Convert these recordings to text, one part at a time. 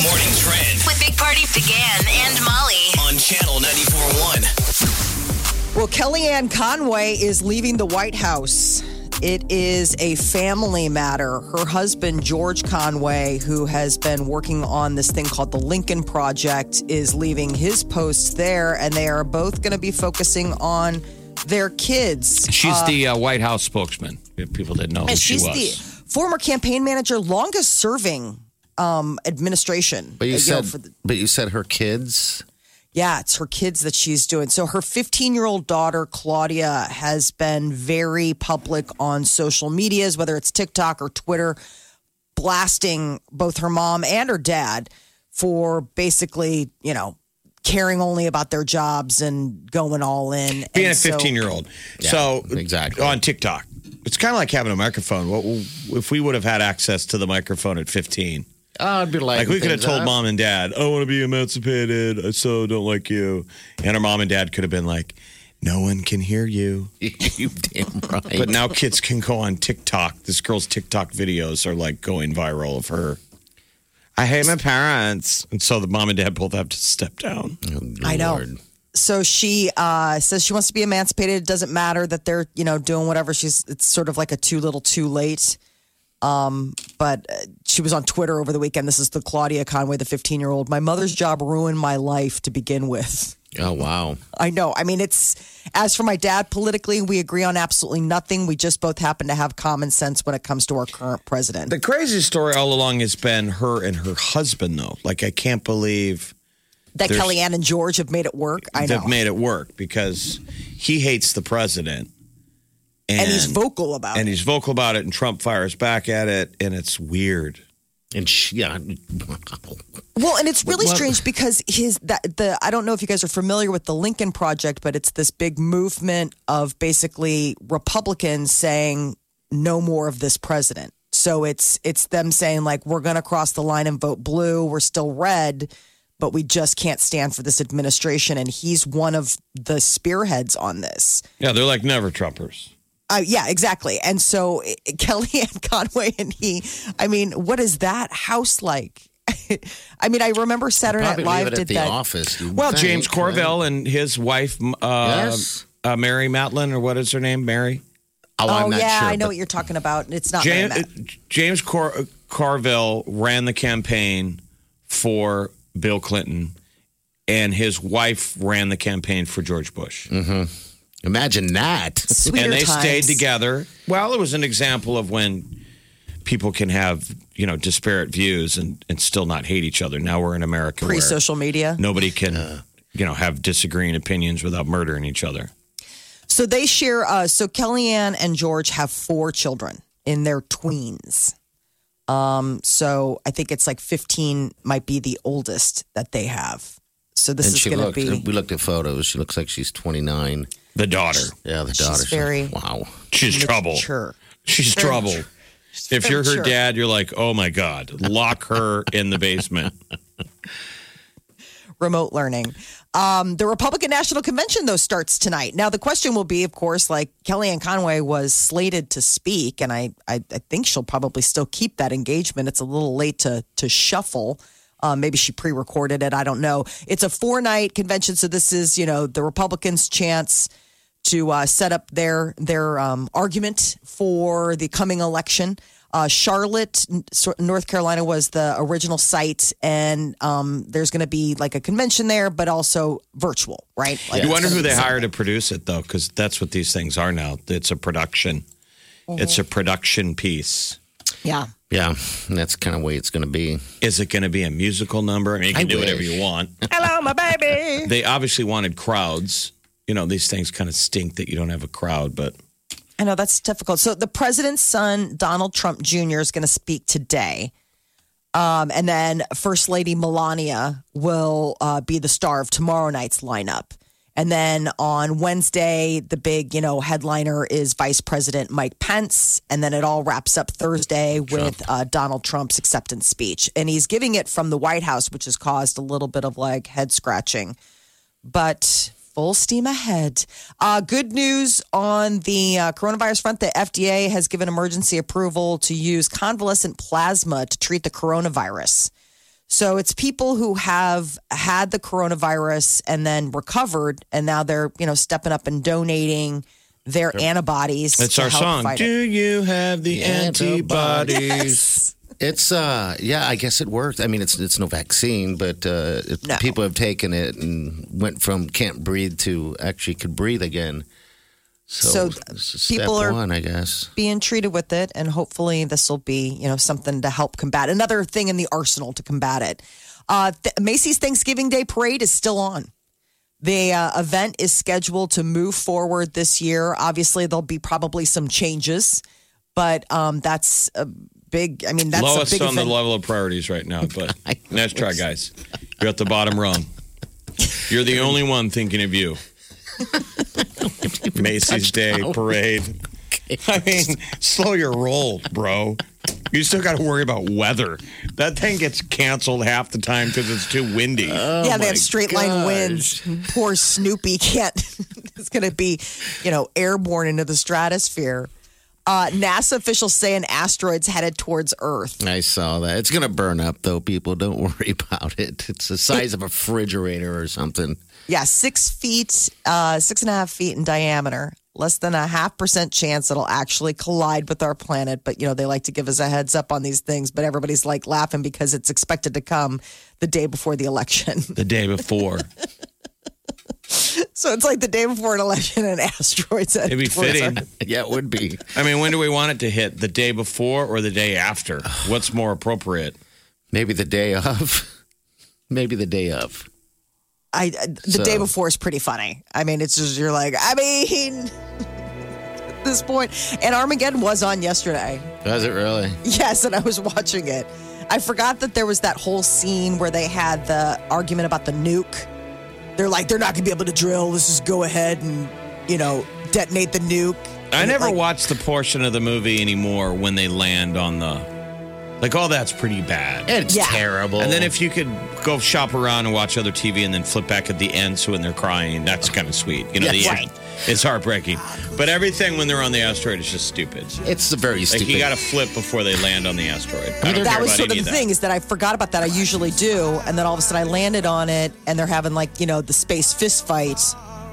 Morning trend With Big Party began and Molly. on channel 941. Well, Kellyanne Conway is leaving the White House. It is a family matter. Her husband, George Conway, who has been working on this thing called the Lincoln Project, is leaving his post there, and they are both going to be focusing on their kids. She's the uh, White House spokesman. If people didn't know who And she she's was. the former campaign manager, longest serving um, administration. But you uh, know, said, for the- but you said her kids. Yeah, it's her kids that she's doing. So her 15 year old daughter, Claudia, has been very public on social medias, whether it's TikTok or Twitter, blasting both her mom and her dad for basically, you know, caring only about their jobs and going all in. being And a so- 15 year old. so exactly. on TikTok, it's kind of like having a microphone. What if we would have had access to the microphone at 15? Oh, I'd be like, Like we could have told mom and dad, "I want to be emancipated. I so don't like you," and her mom and dad could have been like. No one can hear you. you damn right. But now kids can go on TikTok. This girl's TikTok videos are like going viral of her. I hate my parents. And so the mom and dad both have to step down. I know. Oh, Lord. So she uh, says she wants to be emancipated. It doesn't matter that they're you know doing whatever. She's it's sort of like a too little, too late. Um, but uh, she was on Twitter over the weekend. This is the Claudia Conway, the 15 year old. My mother's job ruined my life to begin with. Oh wow. I know. I mean, it's as for my dad, politically, we agree on absolutely nothing. We just both happen to have common sense when it comes to our current president. The craziest story all along has been her and her husband, though. Like, I can't believe that there's- Kellyanne and George have made it work. I know. they've made it work because he hates the president. And, and he's vocal about And it. he's vocal about it, and Trump fires back at it, and it's weird. And she, yeah. Well, and it's really What- strange because his that the I don't know if you guys are familiar with the Lincoln Project, but it's this big movement of basically Republicans saying no more of this president. So it's it's them saying like we're going to cross the line and vote blue. We're still red, but we just can't stand for this administration. And he's one of the spearheads on this. Yeah, they're like never Trumpers. Uh, yeah, exactly. And so i- Kellyanne Conway and he, I mean, what is that house like? I mean, I remember Saturday Night Probably leave Live it did at the that. office. you Well, think, James right? Corville and his wife, m- uh, Yes. uh, Mary Matlin, or what is her name? Mary? Oh, Oh I'm not yeah, sure, I know but what you're talking about. It's not James, Mary Matt. uh, James Cor- uh, Carville ran the campaign for Bill Clinton, and his wife ran the campaign for George Bush. Imagine that. Sweeter and they Mm-hmm. times. stayed together. Well, it was an example of when people can have you know disparate views and, and still not hate each other. Now we're in America where pre-social media. nobody can you know have disagreeing opinions without murdering each other. So they share. Uh, so Kellyanne and George have four children in their tweens. Um, so I think it's like 15 might be the oldest that they have. So this and is she going to looked. be. We looked at photos. She looks like she's 29. The daughter, Yeah, the She's daughter. very- wow. she's trouble. mature. She's Very trouble. mature. If very you're her mature. dad, you're like, oh my god, lock her in the basement. remote learning. Um, the Republican National Convention, though, starts tonight. Now, the question will be, of course, like Kellyanne Conway was slated to speak, and I, I, I think she'll probably still keep that engagement. It's a little late to, to shuffle. Uh, maybe she pre recorded it. I don't know. It's a four night convention. So, this is, you know, the Republicans' chance to uh, set up their their um, argument for the coming election. Uh, Charlotte, N- so- North Carolina, was the original site, and um, there's going to be like a convention there, but also virtual, right? Like, You it's wonder gonna who be they something. hire to produce it, though, because that's what these things are now. It's a production. It's a production piece. Yeah, Yeah, and that's kind of way it's going to be. Is it going to be a musical number? I mean, you I can do whatever wish. you want. Hello, my baby. they obviously wanted crowds. You know, these things kind of stink that you don't have a crowd, but I know that's difficult. So the president's son, Donald Trump Jr., is going to speak today. Um, and then First Lady Melania will uh, be the star of tomorrow night's lineup. And then on Wednesday, the big, you know, headliner is Vice President Mike Pence. And then it all wraps up Thursday with uh, Donald Trump's acceptance speech. And he's giving it from the White House, which has caused a little bit of like head scratching but full steam ahead. Uh, good news on the uh, coronavirus front the FDA has given emergency approval to use convalescent plasma to treat the coronavirus. So it's people who have had the coronavirus and then recovered, and now they're you know stepping up and donating their antibodies. It's to our help song. fight Do it. you have the, The antibodies? It's uh yeah, I guess it worked. I mean, it's it's no vaccine, but uh, it- No. people have taken it and went from can't breathe to actually could breathe again. So So, this is people step are- one, I guess. Being treated with it, and hopefully this will be you know something to help combat another thing in the arsenal to combat it. Uh, th- Macy's Thanksgiving Day Parade is still on. The uh, event is scheduled to move forward this year. Obviously, there'll be probably some changes, but um, that's a big. I mean, that's a Lowest big on the event. level of priorities right now, but nice try, guys. You're at the bottom rung. You're the only one thinking of you. Macy's Day Parade. I mean, slow your roll, bro. You still got to worry about weather. That thing gets canceled half the time because it's too windy. yeah, they have straight line winds. Poor Snoopy can't. it's going to be, you know, airborne into the stratosphere. Uh, NASA officials say an asteroid's headed towards Earth. I saw that. It's gonna burn up though. People, don't worry about it. It's the size of a refrigerator or something. Yeah, six feet, uh, six and a half feet in diameter. Less than a half percent chance it'll actually collide with our planet. But, you know, they like to give us a heads up on these things. But everybody's like laughing because it's expected to come the day before the election. The day before. so it's like the day before an election and asteroids. headed It'd be towards Earth. fitting. Yeah, it would be. I mean, when do we want it to hit? The day before or the day after? What's more appropriate? Maybe the day of. Maybe the day of. I I- the So- day before is pretty funny. I mean, it's just you're like, I mean, at this point, and Armageddon was on yesterday. Does it really? Yes, and I was watching it. I forgot that there was that whole scene where they had the argument about the nuke. They're like, they're not going to be able to drill. Let's just go ahead and you know detonate the nuke. I And it, never like, watched the portion of the movie anymore when they land on the. Like, all that's pretty bad. It's Yeah. terrible. And then if you could go shop around and watch other TV and then flip back at the end, so when they're crying, that's kind of sweet. You know, Yeah, the right. end. It's heartbreaking. But everything when they're on the asteroid is just stupid. it's very Like, stupid. you got to flip before they land on the asteroid. I don't That care was about sort any of the thing is that I forgot about that. I usually do, and then all of a sudden I landed on it, and they're having like you know the space fist fight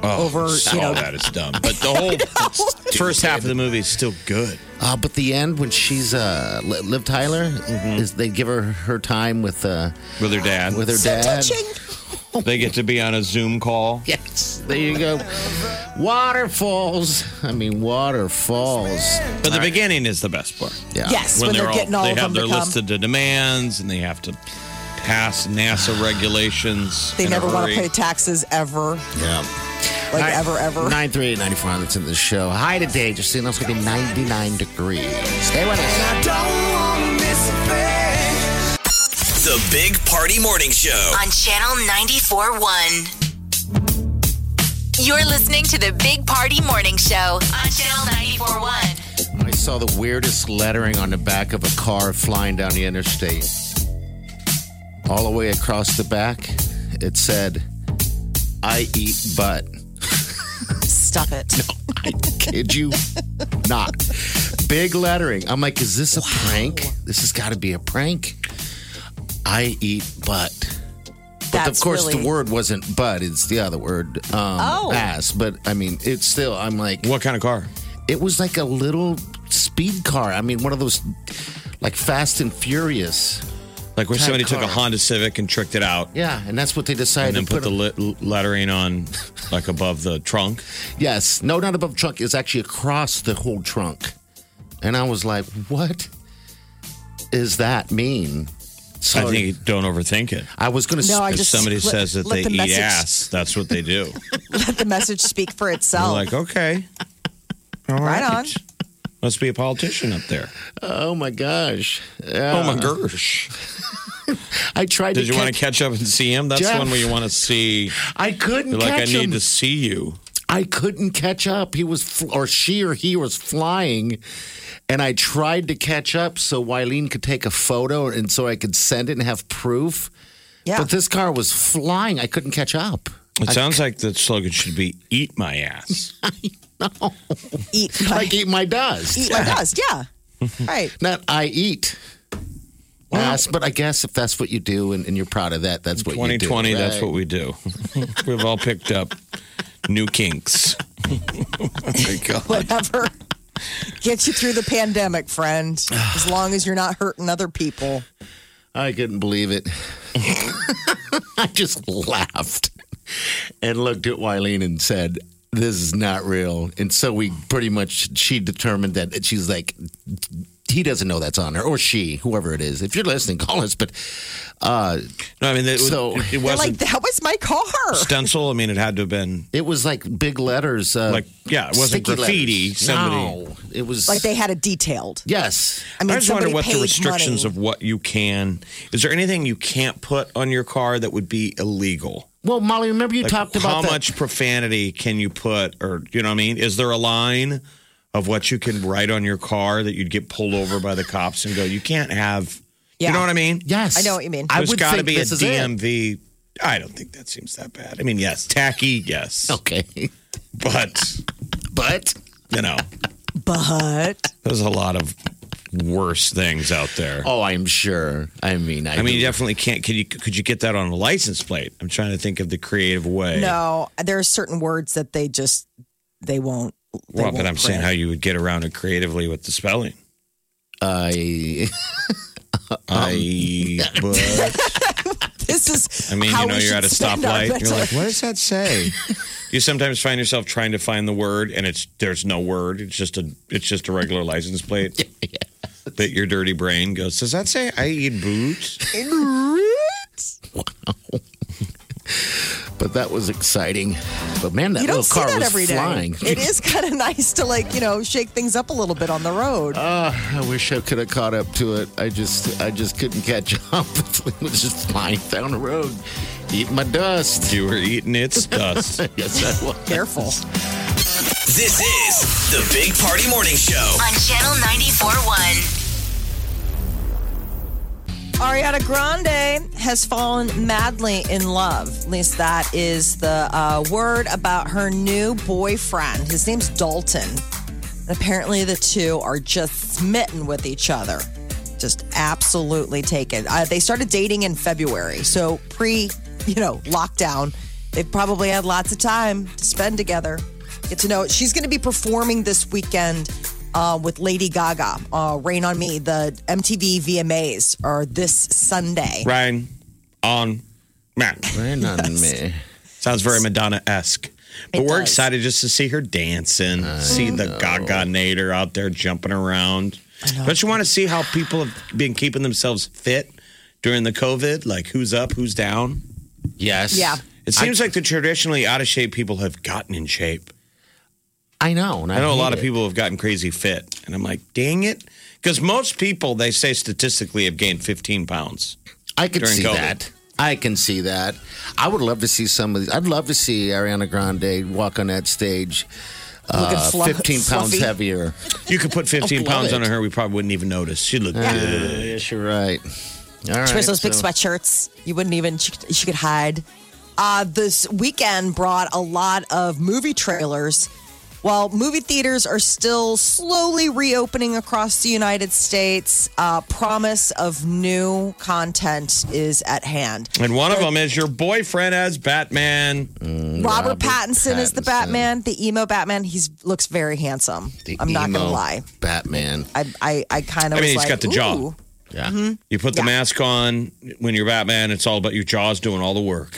over Oh, So you know that is dumb. But the whole first half of the movie is still good. Uh, but the end when she's uh, Li- Liv Tyler, is they give her her time with uh, With her dad. with her dad. touching. They get to be on a Zoom call. Yes, there you go. Waterfalls. I mean, waterfalls. But the beginning is the best part. Yeah. Yes, when, they're, getting all they of have their them to come. listed demands and they have to pass NASA regulations. They in a never want hurry. to pay taxes ever, Yeah. like ever, ever. Nine three eight ninety four. That's in the show. High today, just seeing us going to be ninety nine degrees. Stay with us. The Big Party Morning Show. on Channel 94.1. You're listening to the Big Party Morning Show on Channel 94.1. I saw the weirdest lettering on the back of a car flying down the interstate. All the way across the back, it said, "I eat butt." Stop it. Kid you not? Big lettering. I'm like, is this a prank? This has got to be a prank. I eat butt. But of That's course, really- the word wasn't butt. It's the other word, um, Oh. ass. But I mean, it's still. I'm like, What kind of car? it was like a little speed car. I mean, one of those like Fast and Furious. Like where Kind somebody of took a car. Honda Civic and tricked it out Yeah, and that's what they and decided then to put. put the lit- lettering on, like above the trunk. yes, no, not above trunk. It's actually across the whole trunk. And I was like, what is that mean? So I think don't overthink it. I was going to. No, I If just- somebody let- says that let they the eat message- ass, that's what they do. Let the message speak for They're itself. like, okay, All Right on. Must be a politician up there. oh my gosh! Oh my gosh. I tried Did to you catch, want to catch up and see him? That's Jeff. the one where you want to see. I couldn't You're like, I catch need him. to see you. I couldn't catch up. He was, fl- or she or he was flying, and I tried to catch up so Wileen could take a photo and so I could send it and have proof. Yeah. But this car was flying. I couldn't catch up. It sounds like the slogan should be "Eat my ass." eat my, Like eat my dust. eat my dust. Yeah. Right. Not I eat. Ass, but I guess if that's what you do and, and you're proud of that, that's what you do. 2020. That's right? what we do. We've all picked up new kinks. Whatever gets you through the pandemic, friend. As long as you're not hurting other people. I couldn't believe it. I just laughed and looked at Wileen and said, This is not real. And so we pretty much, she determined that she's like, he doesn't know that's on her, or she, whoever it is. If you're listening, call us. But uh, No, I mean it, was- So- it They're wasn't like, that was my car. stencil. I mean, it had to have been it was like big letters. Uh, Like, yeah, it wasn't sticky graffiti, letters. somebody- No, it was Like they had it detailed. Yes. I mean, I just wonder somebody what paid the restrictions money. of what you can. Is there anything you can't put on your car that would be illegal? Well, Molly, remember you Like, talked about how that- much profanity can you put, or you know what I mean? Is there a line of what you can write on your car that you'd get pulled over by the cops and go, you can't have? Yeah. You know what I mean? Yes, I know what you mean. I There's would got to think be a this is it. DMV. I don't think that seems that bad. I mean, yes, tacky, yes, Okay, but but you know, But there's a lot of worse things out there. oh, I'm sure. I mean, I, I mean, you do- definitely can't. Could you could you get that on a license plate? I'm trying to think of the creative way. no, there are certain words that they just they won't. They well, but won't I'm saying how print. you would get around it creatively with the spelling. I Um, I, but, this is. I mean, how you know, we you're should at a spend our stoplight. You're mental- like, what does that say? you sometimes find yourself trying to find the word, and it's there's no word. It's just a it's just a regular license plate. That your dirty brain goes. Does that say I eat boots? but that was exciting. But man, that you little don't see car that was every day. flying. It is kind of nice to like you know shake things up a little bit on the road. Uh, I wish I could have caught up to it. I just, I just couldn't catch up. it was just flying down the road, eating my dust. You were eating its dust. Yes, I was. Careful. This is the Big Party Morning Show. On Channel 94.1. Ariana Grande has fallen madly in love. At least that is the uh, word about her new boyfriend. His name's Dalton. And apparently, the two are just smitten with each other. Just absolutely taken. Uh, they started dating in February, so pre, you know, lockdown. They've probably had lots of time to spend together. Get to know. it. She's going to be performing this weekend uh, with Lady Gaga. Uh, Rain on Me. The MTV VMAs are this Sunday. Ryan on Matt. Rain on me. Sounds very Madonna esque. But It we're does. excited just to see her dancing, see the Gaga Nader out there jumping around. Don't you want to see how people have been keeping themselves fit during the COVID? Like who's up, who's down? Yes. Yeah. It seems like the traditionally out of shape people have gotten in shape. I know. and I know a hate lot of it. people have gotten crazy fit, and I'm like, dang it. Because most people, they say statistically, have gained 15 pounds. I can during see COVID. that. I can see that. I would love to see some of these. I'd love to see Ariana Grande walk on that stage, Looking uh, fluff- 15 pounds fluffy. heavier. You could put 15 I love pounds on it. her, we probably wouldn't even notice. She'd look good. Oh, yes, you're right. All right. She wears those big so- sweatshirts. You wouldn't even, she, could- she could hide. Uh, this weekend brought a lot of movie trailers. While movie theaters are still slowly reopening across the United States, uh, promise of new content is at hand. And one of them is your boyfriend as Batman. Robert, Pattinson, is the Pattinson. Batman, the emo Batman. He looks very handsome. The I'm not going to emo lie. Batman. I, I, I kind of. I mean, was he's like, got the jaw. "Ooh." Yeah. Mm-hmm. You put the mask on when you're Batman, it's all about your jaws doing all the work.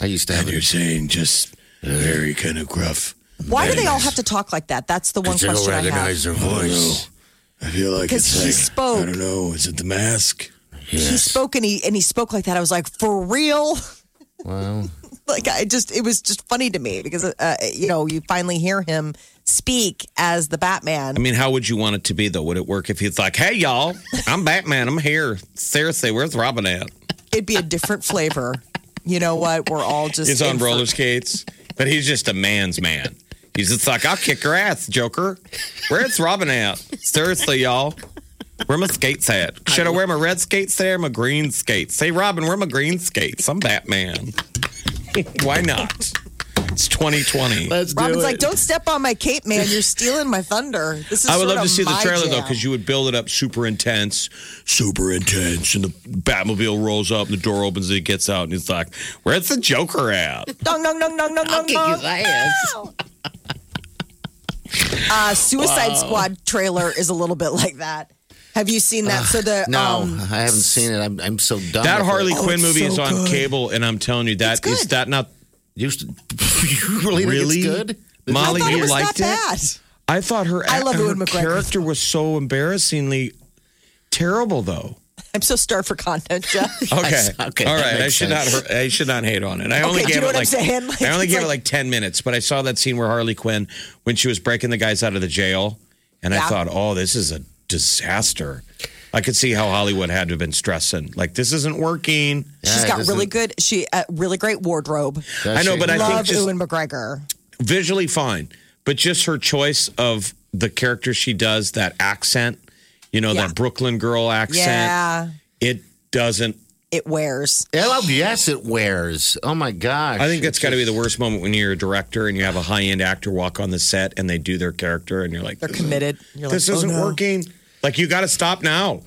I used to have a saying just very kind of gruff. Why do they all have to talk like that? That's the one question I have. her voice. I feel like Because he spoke. know, is it the mask? he spoke and he and he spoke like that. I was like, for real. Wow. Like I just, it was just funny to me because uh, you know you finally hear him speak as the Batman. I mean, how would you want it to be though? Would it work if he's like, "Hey y'all, I'm Batman. I'm here. Seriously, where's Robin at?" it'd be a different flavor. You know what? We're all just He's on in for- roller skates, but he's just a man's man. He's just like, I'll kick your ass, Joker. Where's Robin at? Seriously, y'all. Where my skates at? Should I wear my red skates today or my green skates? Hey, Robin, where my green skates? I'm Batman. Why not? It's 2020. Let's do Robin's it. like, don't step on my cape, man. You're stealing my thunder. This is I would love sort to of see the my trailer though, jam. because you would build it up super intense, super intense, and the Batmobile rolls up, and the door opens, and it gets out, and it's like, "Where's the Joker at?" Dong, dong, dong, dong, dong, dong, dong. Uh, Suicide Squad trailer is a little bit like that. Have you seen that? so the No, um, I haven't seen it. I'm, I'm so done. That with Harley it. Quinn Oh, it's movie so is on good. cable, and I'm telling you, that It's is good. that not You, st- you really, Really? think it's good? Molly? I thought you it was liked not bad. it? I thought her I love her Ewan McGregor. character was so embarrassingly terrible, though. I'm so starved for content, Jeff. Okay, okay, all that right. I makes should sense. not. I should not hate on it. I only do you gave know it what I'm like, saying? Like, I only it's gave it like- like ten minutes, but I saw that scene where Harley Quinn when she was breaking the guys out of the jail, and I Yeah. thought, oh, this is a disaster. I could see how Hollywood had to have been stressing. Like this isn't working. She's Yeah, got this really is- good. She uh, really great wardrobe. I know, she? but I Love think just Ewan McGregor. visually fine, but just her choice of the character she does, that accent, you know, Yeah. that Brooklyn girl accent, Yeah, it doesn't. it wears. Hell, Oh, yes, it wears. Oh my gosh! I think that's got to be the worst moment when you're a director and you have a high end actor walk on the set and they do their character and you're like, They're committed. You're this like, oh, isn't no. working. Like, you got to stop now.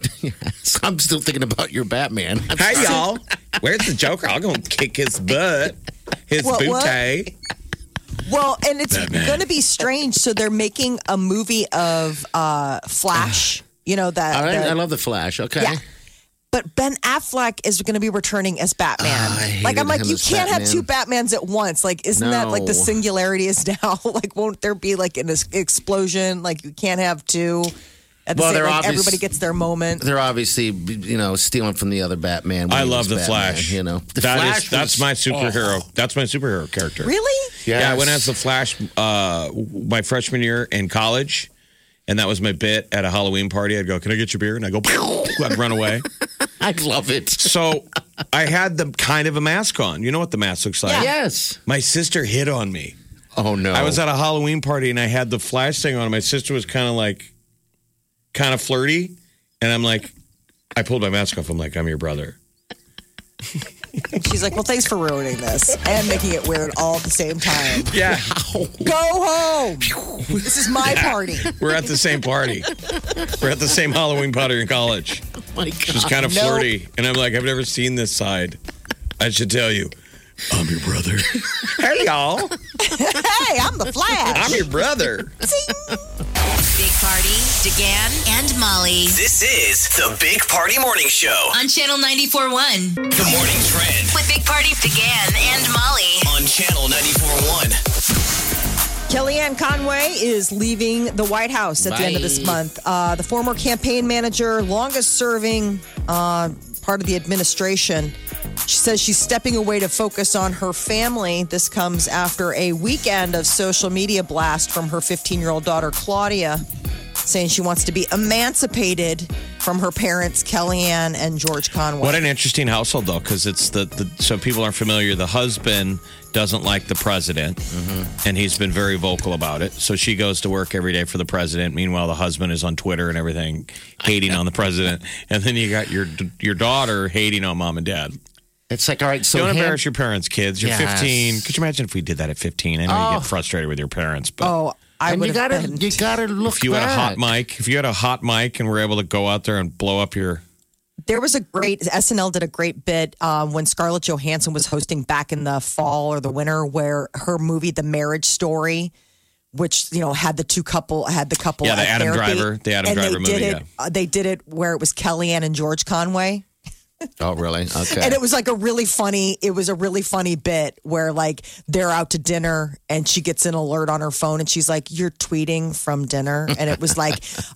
I'm still thinking about your Batman. I'm Hey, sorry. y'all. Where's the Joker? I'm going to kick his butt, his What, what? bootay. Well, and it's going to be strange. So they're making a movie of uh, Flash. You know that. All right, the- I love the Flash. Okay. Yeah. But Ben Affleck is going to be returning as Batman. Ah, I like I'm hated like him you as can't have two Batmans at once. Like isn't that like the No. singularity is now? like won't there be like an es- explosion? Like you can't have two. At the Well, same, they're like, obvious- everybody gets their moment. They're obviously, you know, stealing from the other Batman. when I he love the was Batman, Flash. You know, the That is- Flash that's was- my superhero. That's my superhero character. Really? Yeah, I Yes. went as the Flash uh, my freshman year in college, and that was my bit at a Halloween party. I'd go, "Can I get your beer?" And I go, I'd run away. I love it. So I had the kind of a mask on. You know what the mask looks like? Yes. My sister hit on me. Oh no. I was at a Halloween party and I had the Flash thing on. My sister was kind of like, kind of flirty, and I'm like, I pulled my mask off. I'm like, I'm your brother. She's like, well, thanks for ruining this and making it weird all at the same time. Yeah, Go home. This is my party. we're at the same party. We're at the same Halloween party in college. my God. She's kind of No. flirty. And I'm like, I've never seen this side. I should tell you. I'm your brother. hey, y'all. Hey, I'm the Flash. I'm your brother. Big Party, DeGan, and Molly This is the Big Party Morning Show. on Channel 94.1 The morning trend with Big Party, DeGan, and Molly. on Channel 94.1. Kellyanne Conway is leaving the White House at the end of this month. Uh, the former campaign manager, longest serving uh, part of the administration, she says she's stepping away to focus on her family. This comes after a weekend of social media blast from her 15 year old daughter, Claudia, saying she wants to be emancipated from her parents, Kellyanne and George Conway. What an interesting household, though, because it's the, the, so people aren't familiar. The husband doesn't like the president, Mm-hmm. and he's been very vocal about it. So she goes to work every day for the president. Meanwhile, the husband is on Twitter and everything, hating on the president. And then you got your your daughter hating on mom and dad. It's like all right. So Don't him- embarrass your parents, kids. You're Yes. 15. Could you imagine if we did that at 15? I know you get frustrated with your parents, but oh, I and would you have gotta, been- you gotta look. if you had a hot back. mic, if you had a hot mic and were able to go out there and blow up your There was a great SNL did a great bit um, when Scarlett Johansson was hosting back in the fall or the winter, where her movie The Marriage Story, which you know had the two couple had the couple Yeah, the at Adam therapy, Driver- the Adam and they Driver movie, did it, yeah. uh, they did it where it was Kellyanne and George Conway, Oh really? Okay. and it was like a really funny. It was a really funny bit where like they're out to dinner and she gets an alert on her phone and she's like, "You're tweeting from dinner," and it was like,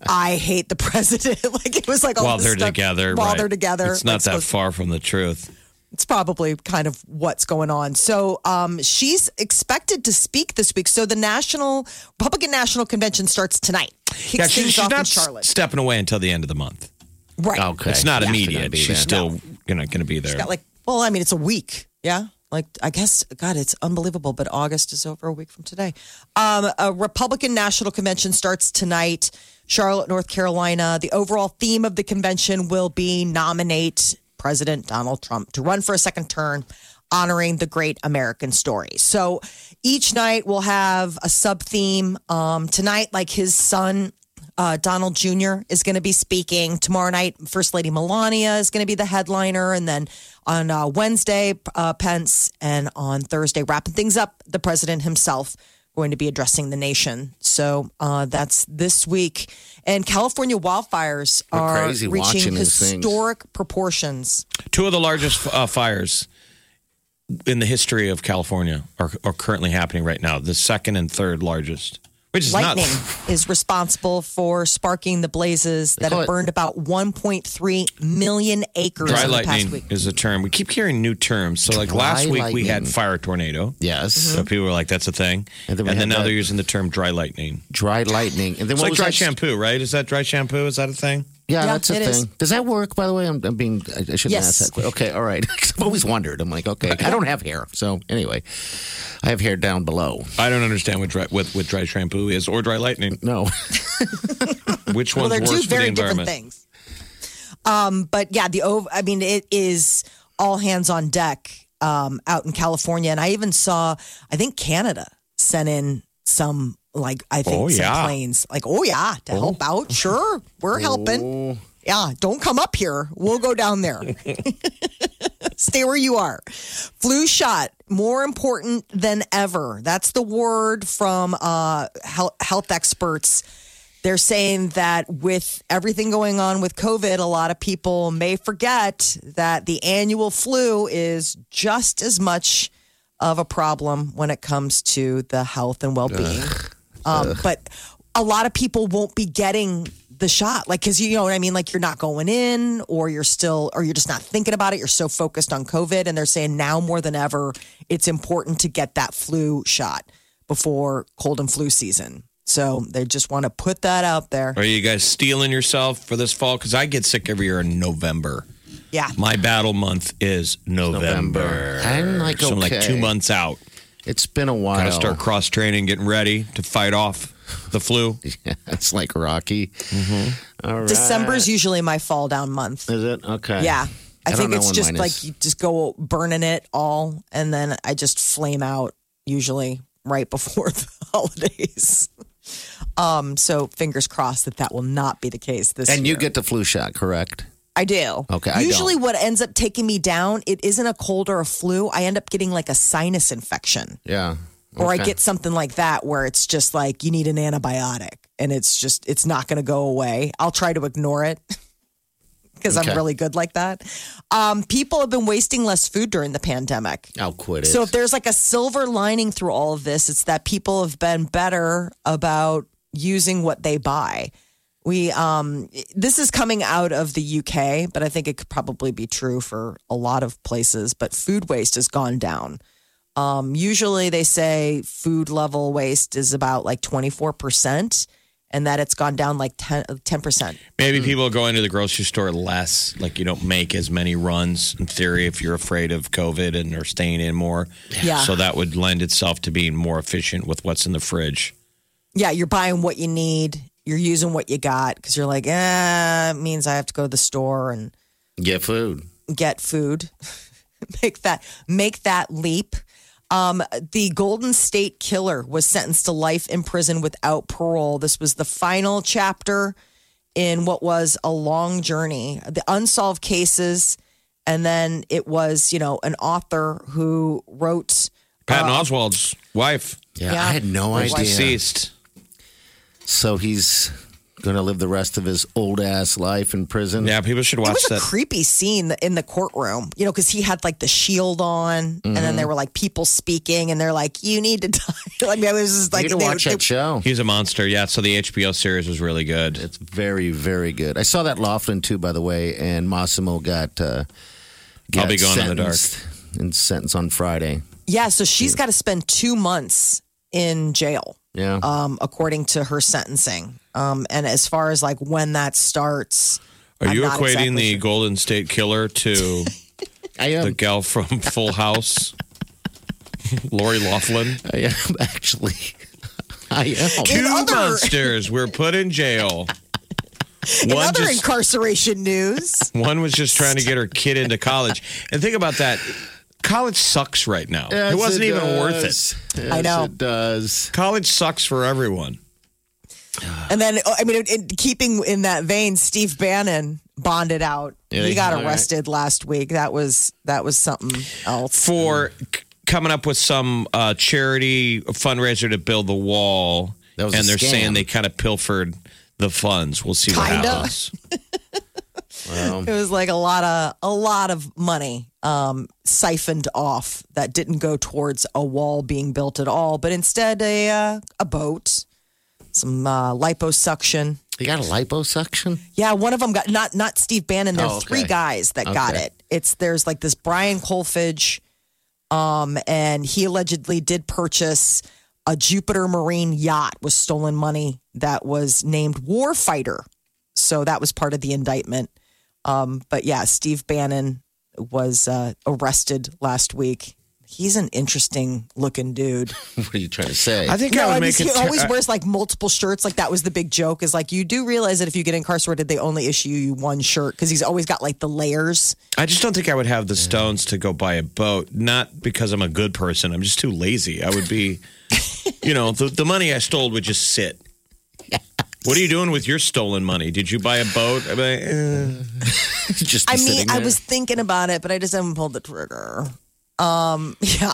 "I hate the president." like it was like all while this they're Oh, stuff- together. While right. they're together, it's not It's that supposed- far from the truth. it's probably kind of what's going on. So um, she's expected to speak this week. So the National Republican National Convention starts tonight. Kicks Yeah, she- things she's off in not s- Charlotte. stepping away until the end of the month. right. okay. It's not Yeah, immediate. be She's there. still you're not going to be there. Got like, well, I mean, it's a week. Yeah. Like, I guess, God, it's unbelievable, but August is over a week from today. Um, a Republican National Convention starts tonight, Charlotte, North Carolina. The overall theme of the convention will be nominate President Donald Trump to run for a second term, honoring the great American story. So each night we'll have a sub theme. Um, tonight, like his son uh, Donald Jr. is going to be speaking tomorrow night. First Lady Melania is going to be the headliner, and then on uh, Wednesday, uh, Pence, and on Thursday, wrapping things up, the president himself going to be addressing the nation. So uh, that's this week, and California wildfires are crazy reaching watching these things. historic proportions. Two of the largest uh, fires in the history of California are, are currently happening right now. The second and third largest, which is Lightning not. is responsible for sparking the blazes that call have it- burned about 1.3 million acres Dry in the past lightning week. is a term. We keep hearing new terms. So, like Dry last week, we had lightning. fire tornado. Yes. So people were like, "That's a thing," and And then, then we had now that- they're using the term "dry lightning." Dry lightning. And then It's like what was dry that- shampoo, right? Is that dry shampoo? Is that a thing? Yeah, Yeah, that's a it thing. is. Does that work? By the way, I'm, I'm being. I, I shouldn't Yes. ask that. que- Okay, all right. 'Cause I've always wondered. I'm like, okay, I don't have hair, so anyway, I have hair down below. I don't understand what dry, what, what dry shampoo is or dry lightning. No, Which Well, one's they're worse two for the very different environment? things. Um, but yeah, the ov- I mean, it is all hands on deck um, out in California, and I even saw, I think Canada sent in some like I think Oh, some yeah. planes, like oh yeah, to help out. Sure, we're Oh. helping. Yeah, don't come up here. We'll go down there. Stay where you are. Flu shot more important than ever. That's the word from uh, health, health experts. They're saying that with everything going on with COVID, a lot of people may forget that the annual flu is just as much of a problem when it comes to the health and well being. Um, but a lot of people won't be getting the shot, like because you know what I mean. Like you're not going in, or you're still, or you're just not thinking about it. You're so focused on COVID, and they're saying now more than ever, it's important to get that flu shot before cold and flu season. So they just want to put that out there. Are you guys stealing yourself for this fall? Because I get sick every year in November. Yeah, My battle month is November. November. I'm like, so I'm like okay. two months out. it's been a while. Gotta Oh. start cross training, getting ready to fight off the flu. it's like Rocky. Mm-hmm. All right. December's usually my fall down month. Is it okay? Yeah. I, don't think know it's when just mine like is. you just go burning it all and then I just flame out usually right before the holidays. Um, so fingers crossed that that will not be the case this And year. you get the flu shot, correct? I do. Okay, I Usually, don't. what ends up taking me down, it isn't a cold or a flu. I end up getting like a sinus infection, Yeah. or I Okay. get something like that where it's just like you need an antibiotic, and it's just it's not going to go away. I'll try to ignore it because Okay. I'm really good like that. Um, people have been wasting less food during the pandemic. I'll quit it. So if there's like a silver lining through all of this, it's that people have been better about using what they buy. We um this is coming out of the UK, but I think it could probably be true for a lot of places, but food waste has gone down. Um usually they say food level waste is about like 24% and that it's gone down like 10 10%. Maybe people go into the grocery store less. Like you don't make as many runs in theory if you're afraid of COVID and are staying in more. Yeah. So that would lend itself to being more efficient with what's in the fridge. yeah, you're buying what you need, you're using what you got because you're like, eh, it means I have to go to the store and get food. get food. make that make that leap. Um, the Golden State Killer was sentenced to life in prison without parole. This was the final chapter in what was a long journey. The unsolved cases, and then it was you know an author who wrote. Patton Uh, Oswald's wife Yeah, Yeah. I had no is idea. deceased. So he's going to live the rest of his old ass life in prison. Yeah, people should It watch was a that. creepy scene in the courtroom, you know, because he had like the shield on, and then Mm-hmm. there were like people speaking, and they're like, "You need to die." I mean, it was just You like need to they- watch they- that show. He's a monster. Yeah. So the HBO series was really good. It's very, very good. I saw that Laughlin too, by the way, and Massimo got. Uh, I'll be gone in the dark. dark. And sentenced on Friday. Yeah, so she's got to spend two months in jail, Yeah, um, according to her sentencing. Um, and as far as like when that starts, Are I'm you not equating exactly the sure. Golden State Killer to I the am. gal from Full House, Lori Laughlin? I am actually. I am. In Two other- monsters were put in jail. In One other just- incarceration news, One was just trying to get her kid into college. And think about that. College sucks right now. it wasn't even worth it. Yes, I know. It does. College sucks for everyone. and then oh, I mean, in- in keeping in that vein, Steve Bannon bonded out. Yeah, he he- got all right. arrested last week. That was that was something else. For Mm. c- coming up with some uh, charity fundraiser to build the wall. That was a and they're scam. saying they kind of pilfered the funds. We'll see what Kinda. happens. Well, It was like a lot of a lot of money um, siphoned off that didn't go towards a wall being built at all, but instead a uh, a boat, some uh, liposuction. you got a liposuction? Yeah, one of them got not not Steve Bannon. There are Oh, okay. three guys that got Okay. it. It's there's like this Brian Colfidge, um, and he allegedly did purchase a Jupiter Marine yacht with stolen money that was named Warfighter. So that was part of the indictment. Um, but yeah, Steve Bannon was uh, arrested last week. He's an interesting looking dude. What are you trying to say? I think I No, would I mean, make he it. always wears like multiple shirts. Like that was the big joke. Is like you do realize that if you get incarcerated, they only issue you one shirt because he's always got like the layers. I just don't think I would have the stones to go buy a boat. Not because I'm a good person. I'm just too lazy. I would be, you know, the, the money I stole would just sit. What are you doing with your stolen money? Did you buy a boat? I mean, eh. just I be mean, sitting I there. was thinking about it, but I just haven't pulled the trigger. Um, yeah,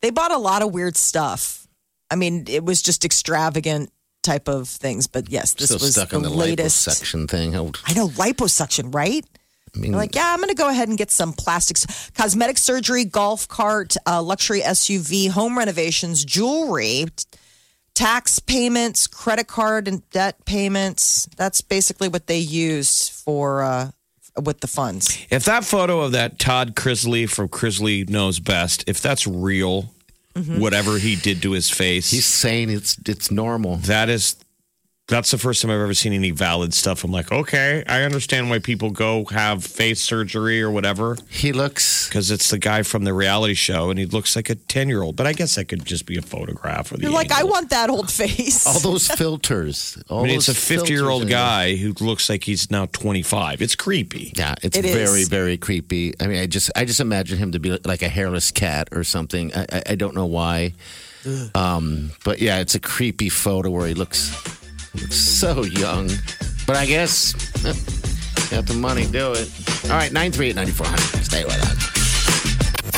they bought a lot of weird stuff. I mean, it was just extravagant type of things. But yes, this still was stuck on the latest. liposuction thing. I, I know liposuction, right? I mean, They're like, yeah, I'm going to go ahead and get some plastics, cosmetic surgery, golf cart, uh, luxury SUV, home renovations, jewelry, t- tax payments, credit card and debt payments. That's basically what they used for uh, with the funds. if that photo of that Todd Crisley from Crisley Knows Best, if that's real, whatever he did to his face, he's saying it's it's normal. that is that's the first time I've ever seen any valid stuff. I'm like, okay, I understand why people go have face surgery or whatever. He looks. because it's the guy from the reality show, and he looks like a ten year old. But I guess that could just be a photograph. Or the You're like, I angle. want that old face. All those filters. All I mean, it's a those fifty year old filters in guy there. who looks like he's now twenty five. It's creepy. Yeah, it's It very is. very creepy. I mean, I just I just imagine him to be like a hairless cat or something. I I, I don't know why, um, but yeah, it's a creepy photo where he looks, looks so young. But I guess got the money, do it. All right, nine three eight ninety four hundred. Stay with us.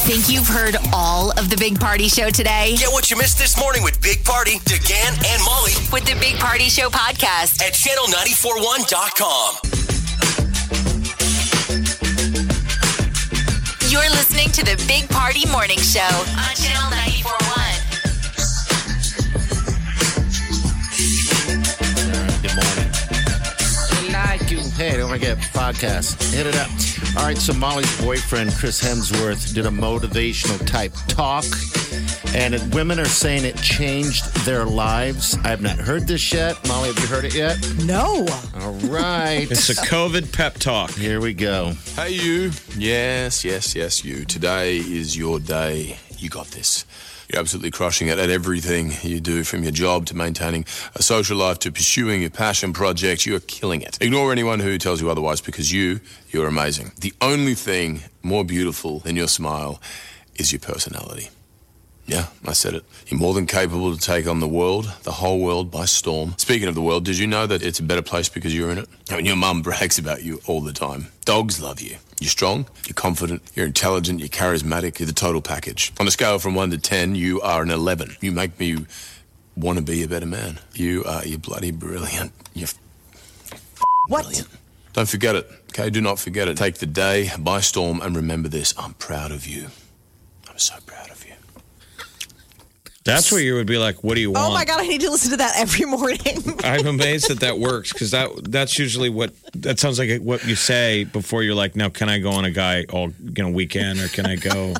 Think you've heard all of the Big Party Show today? Get what you missed this morning with Big Party, DeGan, and Molly With the Big Party Show podcast. at channel941.com. You're listening to the Big Party Morning Show on Channel 941. Good morning. Like you. Hey, don't forget podcast. Hit it up. All right, so Molly's boyfriend Chris Hemsworth did a motivational type talk, and it, women are saying it changed their lives. I've not heard this yet. Molly, have you heard it yet? no. All right, It's a COVID pep talk. here we go. Hey, you. Yes, yes, yes, you. Today is your day. You got this. You're absolutely crushing it at everything you do, from your job to maintaining a social life to pursuing your passion projects. You are killing it. Ignore anyone who tells you otherwise because you, you're amazing. The only thing more beautiful than your smile is your personality. Yeah, I said it. You're more than capable to take on the world, the whole world, by storm. Speaking of the world, did you know that it's a better place because you're in it? I mean, your mum brags about you all the time. Dogs love you. You're strong, you're confident, you're intelligent, you're charismatic, you're the total package. On a scale from 1 to 10, you are an 11. You make me want to be a better man. You are, you're bloody brilliant. You're What? don't forget it, okay? Do not forget it. Take the day by storm and remember this. I'm proud of you. I'm so proud of you. That's where you would be like, "What do you want?" Oh my God, I need to listen to that every morning. I'm amazed that that works because that that's usually what that sounds like what you say before you're like, "Now, can I go on a guy all you know weekend or can I go?"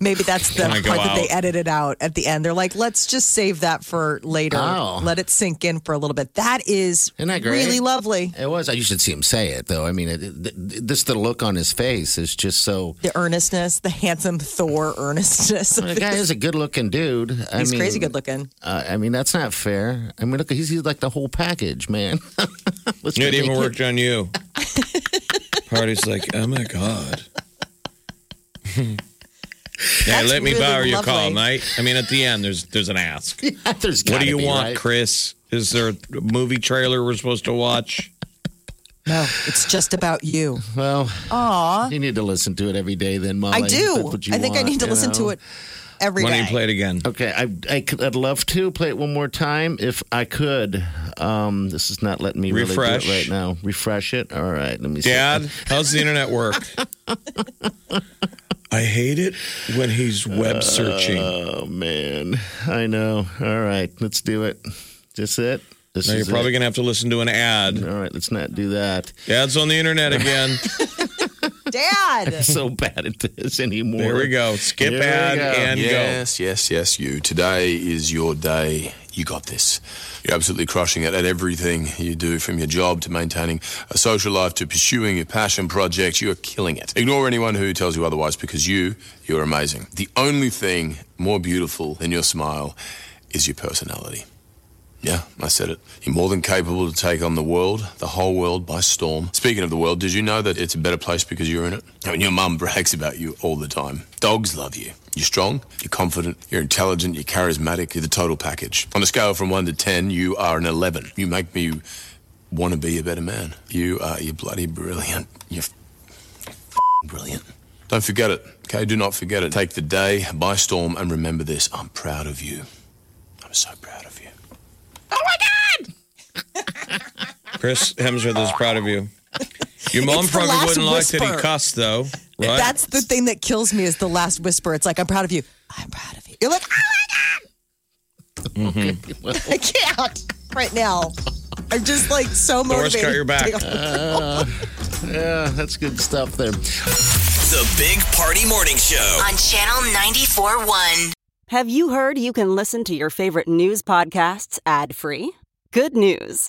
Maybe that's the Can I part go that they out? edited out at the end. They're like, let's just save that for later. Oh. Let it sink in for a little bit. That is Isn't that great? really lovely. It was. You should see him say it, though. I mean, it, it, th- this the look on his face is just so. The earnestness, the handsome Thor earnestness. The guy is a good-looking dude. I He's mean, crazy good looking. Uh, I mean, that's not fair. I mean, look, he's, he's like the whole package, man. Let's It make even worked on you. Party's like, oh my God. Yeah, That's let me borrow really your call, lovely. mate. I mean, at the end, there's there's an ask. There's What gotta do you be, want, right? Chris? Is there a movie trailer we're supposed to watch? No, it's just about you. Well, Aw. you need to listen to it every day, then, Molly. I if do. that's what you I think I want, need to you listen know? to it every Why day. don't you play it again? Okay, I, I could, I'd love to play it one more time if I could. Um, this is not letting me really Refresh. do it right now. Refresh it. All right, let me see. Dad, how's the internet work? I hate it when he's web searching. Oh man, I know. All right, let's do it. This it. This now you're is probably it. going to have to listen to an ad. All right, let's not do that. Dad's on the internet again. Dad. So bad at this anymore. There we go. Skip Here we ad go. and go. yes, yes, yes, you. Today is your day. You got this. You're absolutely crushing it at everything you do, from your job to maintaining a social life to pursuing your passion project. You are killing it. Ignore anyone who tells you otherwise because you, you're amazing. The only thing more beautiful than your smile is your personality. Yeah, I said it. You're more than capable to take on the world, the whole world, by storm. Speaking of the world, did you know that it's a better place because you're in it? I mean, your mum brags about you all the time. Dogs love you. You're strong, you're confident, you're intelligent, you're charismatic, you're the total package. On a scale from 1 to 10, you are an 11. You make me want to be a better man. You are, you're bloody brilliant. You're brilliant. Don't forget it, okay? Do not forget it. Take the day by storm and remember this. I'm proud of you. I'm so proud of you. Chris Hemsworth is proud of you. Your mom It's the probably last wouldn't like that he whisper. cussed, though, right? That's the thing that kills me is the last whisper. It's like, I'm proud of you. I'm proud of you. You're like, oh my Mm-hmm. God. I can't right now. I'm just like so Doris, motivated. cut your back. Yeah, that's good stuff there. The Big Party Morning Show. On Channel 94.1. Have you heard you can listen to your favorite news podcasts ad free? Good news!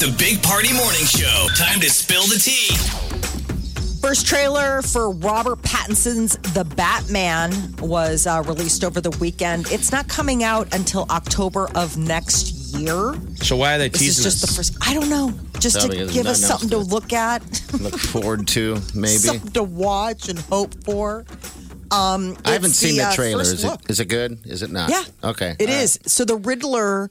The Big Party Morning Show. Time to spill the tea. First trailer for Robert Pattinson's The Batman was uh, released over the weekend. It's not coming out until October of next year. So why are they This teasing is just the us? first. I don't know. Just No, to because give it's us not something to announced look at, Look forward to maybe. something to watch and hope for. Um, I haven't it's seen the, uh, trailer. first Is it? look. Is it good? Is it not? Yeah. Ah, Okay. It is. So the Riddler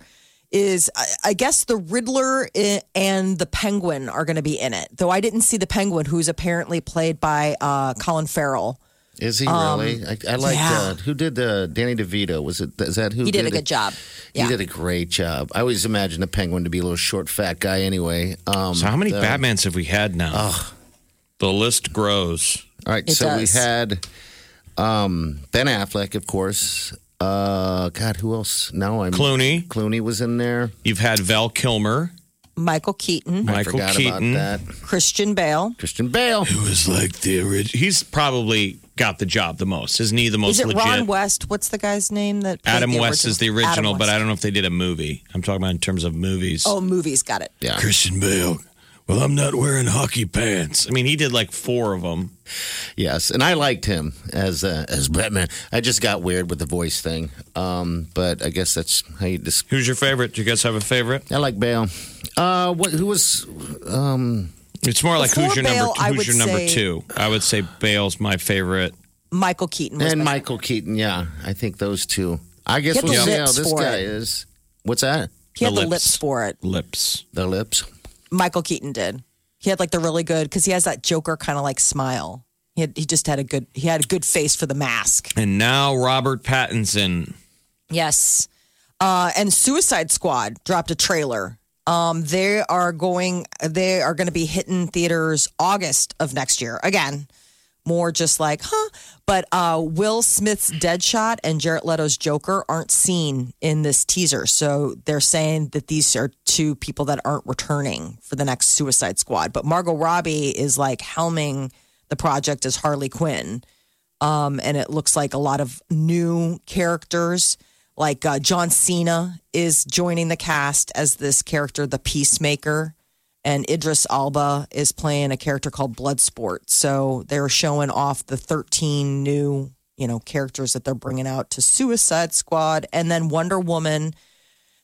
is, I, I guess, the Riddler i- and the Penguin are going to be in it. Though I didn't see the Penguin, who's apparently played by uh, Colin Farrell. Is he really? I, I like Um, yeah. uh, who did uh, Danny DeVito. Was it? Is that who? He did, a it? good job. He did a great job. I always imagined a penguin to be a little short, fat guy. Anyway. Um, So how many uh, Batmans have we had now? The list grows. All right. It so does. we had um, Ben Affleck, of course. Uh, God, who else? No, I'm Clooney. Clooney was in there. You've had Val Kilmer, Michael Keaton, I Michael forgot Keaton. about that. Christian Bale. Christian Bale. It was like the original. He's probably got the job the most. Isn't he the most Is it legit? Ron West? What's the guy's name that? played Adam the West is the original, Adam but I West. don't know if they did a movie. I'm talking about in terms of movies. Oh, movies. Got it. Yeah. Christian Bale. Well, I'm not wearing hockey pants. I mean, he did like four of them. Yes, and I liked him as uh, as Batman. I just got weird with the voice thing, um, but I guess that's how you just. Who's your favorite? Do you guys have a favorite? I like Bale. Uh, what? Who was? Um, It's more like who's Before your number? Bale, I who's would your number say- two? I would say Bale's my favorite. Michael Keaton was and my- Michael Keaton. Yeah, I think those two. I guess Get we'll the see how lips this for guy it. is. What's that? he had the the lips. lips for it. Lips. The lips. Michael Keaton did. He had like the really good because he has that Joker kind of like smile. He had, he just had a good he had a good face for the mask. And now Robert Pattinson. Yes. Uh, and Suicide Squad dropped a trailer. Um, they are going they are going to be hitting theaters August of next year again. More just like huh, but uh, Will Smith's Deadshot and Jared Leto's Joker aren't seen in this teaser, so they're saying that these are two people that aren't returning for the next Suicide Squad. But Margot Robbie is like helming the project as Harley Quinn, um, and it looks like a lot of new characters. Like uh, John Cena is joining the cast as this character, the Peacemaker, and Idris Alba is playing a character called Bloodsport. So they're showing off the 13 new, you know, characters that they're bringing out to Suicide Squad, and then Wonder Woman.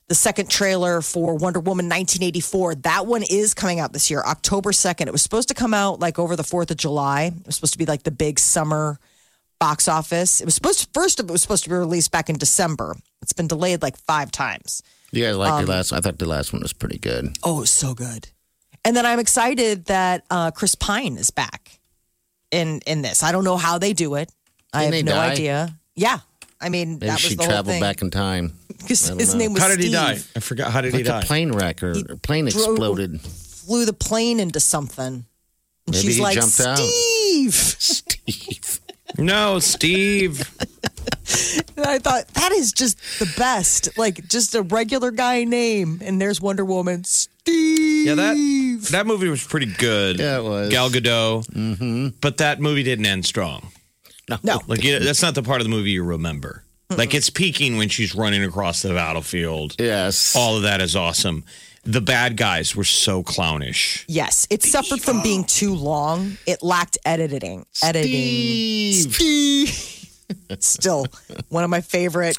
The second trailer for Wonder Woman 1984, that one is coming out this year, October 2nd. It was supposed to come out like over the 4th of July. It was supposed to be like the big summer box office. It was supposed to, first of it was supposed to be released back in December. It's been delayed like five times. You guys like Um, the last? I thought the last one was pretty good. Oh, it's so good. And then I'm excited that uh, Chris Pine is back in in this. I don't know how they do it. I Didn't have they no die? idea. Yeah. I mean, Maybe that was she the whole traveled thing. back in time. 'Cause his name was How did Steve. he die? I forgot. How did he Like die? a plane wreck or or plane drove- exploded. Flew the plane into something. And Maybe she's he like, jumped out. Steve. Steve. No, Steve. And I thought that is just the best. Like just a regular guy name, and there's Wonder Woman. Steve. Yeah, that that movie was pretty good. Yeah, it was. Gal Gadot. Mm-hmm. But that movie didn't end strong. No. Like you that's not the part of the movie you remember. Like it's peaking when she's running across the battlefield. Yes. All of that is awesome. The bad guys were so clownish. Yes, it suffered from being too long. It lacked editing. Editing. Steve. Still one of my favorite.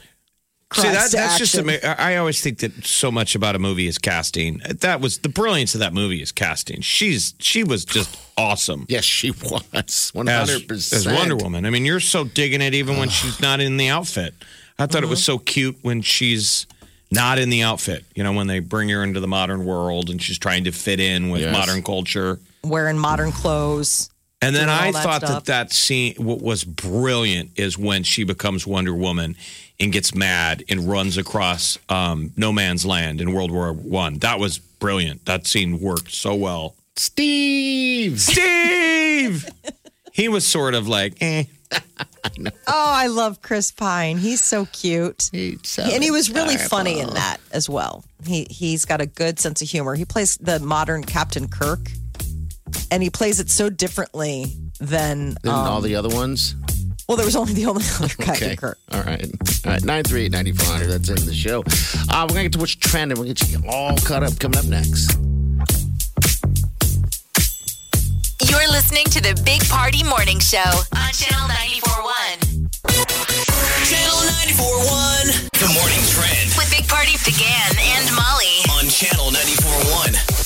See, that, cries to that's just. action. ama- I I always think that so much about a movie is casting. That was the brilliance of that movie is casting. She's she was just awesome. Yes, she was. One as, hundred as percent. Wonder Woman. I mean, you're so digging it even when she's not in the outfit. I thought it was so Mm-hmm. cute when she's not in the outfit. You know, when they bring her into the modern world and she's trying to fit in with Yes. modern culture. wearing modern clothes. And then Doing all I that thought stuff. that that scene, what was brilliant is when she becomes Wonder Woman and gets mad and runs across um, no man's land in World War One. That was brilliant. That scene worked so well. Steve. Steve, he was sort of like, eh. Oh, I love Chris Pine. He's so cute. and he was really funny in that as well. He he's got a good sense of humor. He plays the modern Captain Kirk, and he plays it so differently than. Then um, all the other ones. well, there was only the only other Captain Kirk. All right. All right. 938 9500. That's it for the show. Uh, we're going to get to what's trending. We're going to get you all caught up coming up next. You're listening to the Big Party Morning Show on Channel 941 Channel 94.1. The morning trend with Big Party began and Molly. on Channel 94.1.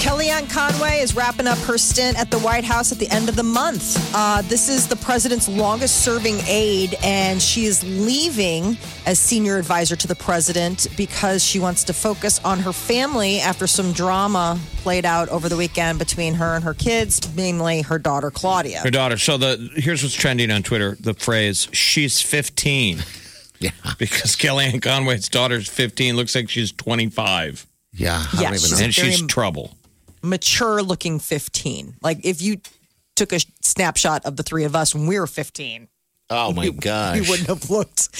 Kellyanne Conway is wrapping up her stint at the White House at the end of the month. Uh, this is the president's longest serving aide, and she is leaving as senior advisor to the president because she wants to focus on her family after some drama played out over the weekend between her and her kids, namely her daughter Claudia. her daughter. So the here's what's trending on Twitter: the phrase "she's 15." Yeah. because Kellyanne Conway's daughter's 15. Looks like she's 25, Yeah. I Yeah, don't even she's- know. and she's Very- trouble. Mature looking 15. Like if you took a snapshot of the three of us when we were 15. Oh, my gosh. We wouldn't have looked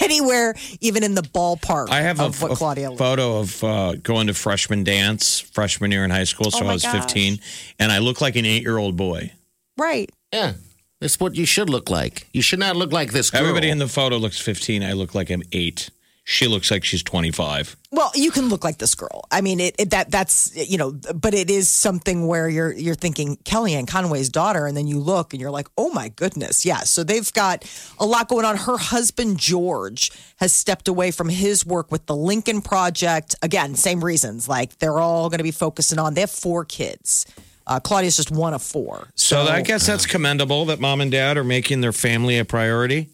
anywhere, even in the ballpark. I have a, of what a Claudia looked. photo of uh, going to freshman dance freshman year in high school. So I was 15, and I look like an eight year old boy. Right. Yeah. That's what you should look like. You should not look like this girl. Everybody in the photo looks 15. I look like I'm eight. She looks like she's 25. Well, you can look like this girl. I mean, it, it that that's you know, but it is something where you're you're thinking Kellyanne Conway's daughter, and then you look and you're like, oh my goodness, yeah. So they've got a lot going on. Her husband George has stepped away from his work with the Lincoln Project again, same reasons. Like they're all going to be focusing on. They have four kids. Uh, Claudia's just one of four. So I guess uh, that's commendable that mom and dad are making their family a priority.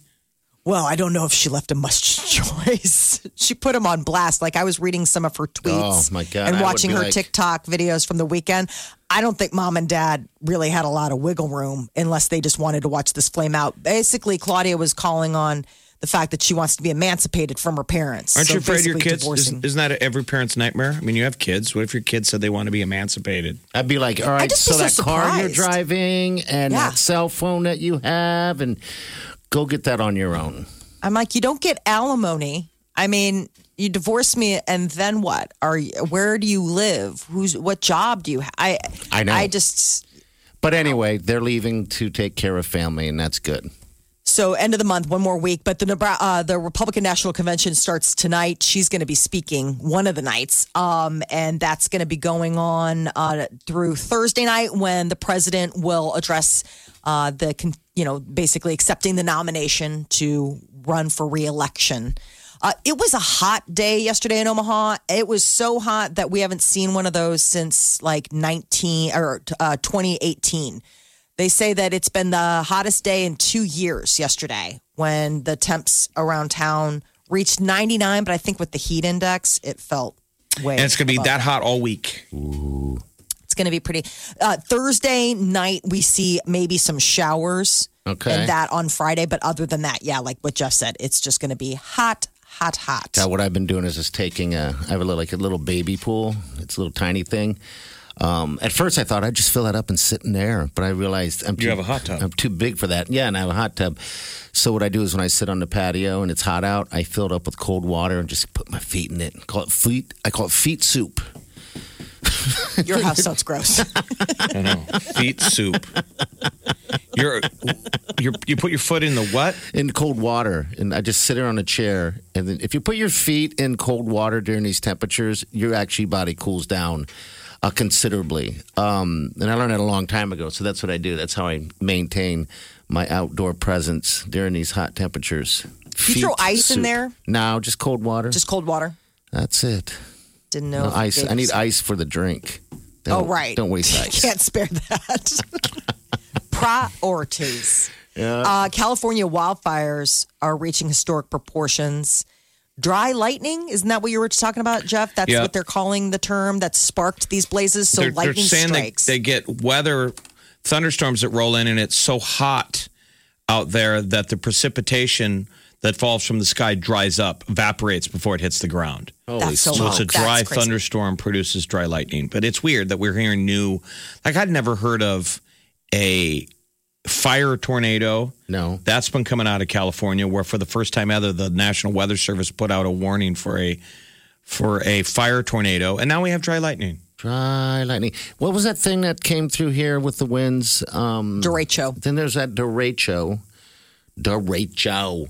Well, I don't know if she left him much choice. she put him on blast. Like I was reading some of her tweets Oh, my God. I and would watching be her like- TikTok videos from the weekend. I don't think mom and dad really had a lot of wiggle room unless they just wanted to watch this flame out. Basically, Claudia was calling on the fact that she wants to be emancipated from her parents. Aren't So you afraid your basically kids? divorcing. Isn't, isn't that every parent's nightmare? I mean, you have kids. What if your kids said they want to be emancipated? I'd be like, all right, just so be so that car you're surprised. driving and Yeah. that cell phone that you have, and go get that on your own. I'm like, you don't get alimony. I mean, you divorce me, and then what? Are you, where do you live? Who's what job do you? Ha- I I know. I just But anyway, they're leaving to take care of family, and that's good. So end of the month, one more week. But the Nebra- uh, the Republican National Convention starts tonight. She's going to be speaking one of the nights, um, and that's going to be going on uh, through Thursday night when the president will address uh, the con- you know basically accepting the nomination to run for reelection. Uh, it was a hot day yesterday in Omaha. It was so hot that we haven't seen one of those since like nineteen or uh, twenty eighteen. They say that it's been the hottest day in two years yesterday when the temps around town reached 99, but I think with the heat index, it felt way. And it's going to be above. that hot all week. It's going to be pretty. Uh, Thursday night, we see maybe some showers. Okay. And that on Friday. But other than that, yeah, like what Jeff said, it's just going to be hot, hot, hot. Now, what I've been doing is just taking a, I have a little, like a little baby pool. It's a little tiny thing. Um, at first, I thought I'd just fill that up and sit in there, but I realized I'm too, have a hot tub. I'm too big for that. Yeah, and I have a hot tub. So what I do is when I sit on the patio and it's hot out, I fill it up with cold water and just put my feet in it. Call it feet. I call it feet soup. Your house sounds gross. I know. Feet soup. You're, you're you put your foot in the what? in cold water and I just sit there on a chair and then if you put your feet in cold water during these temperatures, your actually body cools down uh, considerably. Um, and I learned that a long time ago, so that's what I do. That's how I maintain my outdoor presence during these hot temperatures. You Feet throw ice in soup. there? No, just cold water. just cold water. that's it. Didn't No know. if it ice. gave I you need ice for the drink. Oh, Don't- right. Don't waste ice. Can't spare that. Priorities. Uh, California wildfires are reaching historic proportions. Dry lightning, isn't that what you were talking about, Jeff? That's Yeah. what they're calling the term that sparked these blazes. So they're, they're lightning saying they, strikes. they get weather thunderstorms that roll in, and it's so hot out there that the precipitation that falls from the sky dries up, evaporates before it hits the ground. That's so, so long. it's a Oh, That's dry crazy. thunderstorm produces dry lightning. But it's weird that we're hearing new, like I'd never heard of a fire tornado. No. That's been coming out of California, where for the first time ever, the National Weather Service put out a warning for a for a fire tornado, and now we have dry lightning. Dry lightning. What was that thing that came through here with the winds? Um, Derecho. Then there's that derecho. Derecho.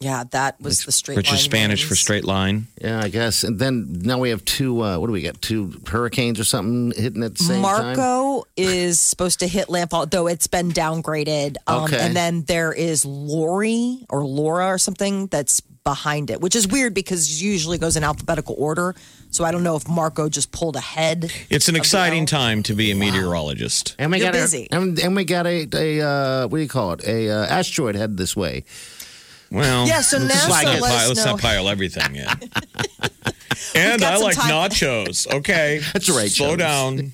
Yeah, that was the straight which line is Spanish for winds. straight line. Yeah, I guess. And then now we have two, uh, what do we got? Two hurricanes or something hitting at the same time? Marco is supposed to hit landfall, though it's been downgraded. Um, Okay. And then there is Lori or Laura or something that's behind it, which is weird because it usually goes in alphabetical order. So I don't know if Marco just pulled ahead. It's an exciting time to be a meteorologist. And we You're got a- busy. and, and we got a, a uh, what do you call it? A uh, asteroid headed this way. Well, Yeah, so let's just NASA not get let us pile- let's know. not pile everything in. and got I some like time. nachos. Okay, That's right, Slow Jones. down.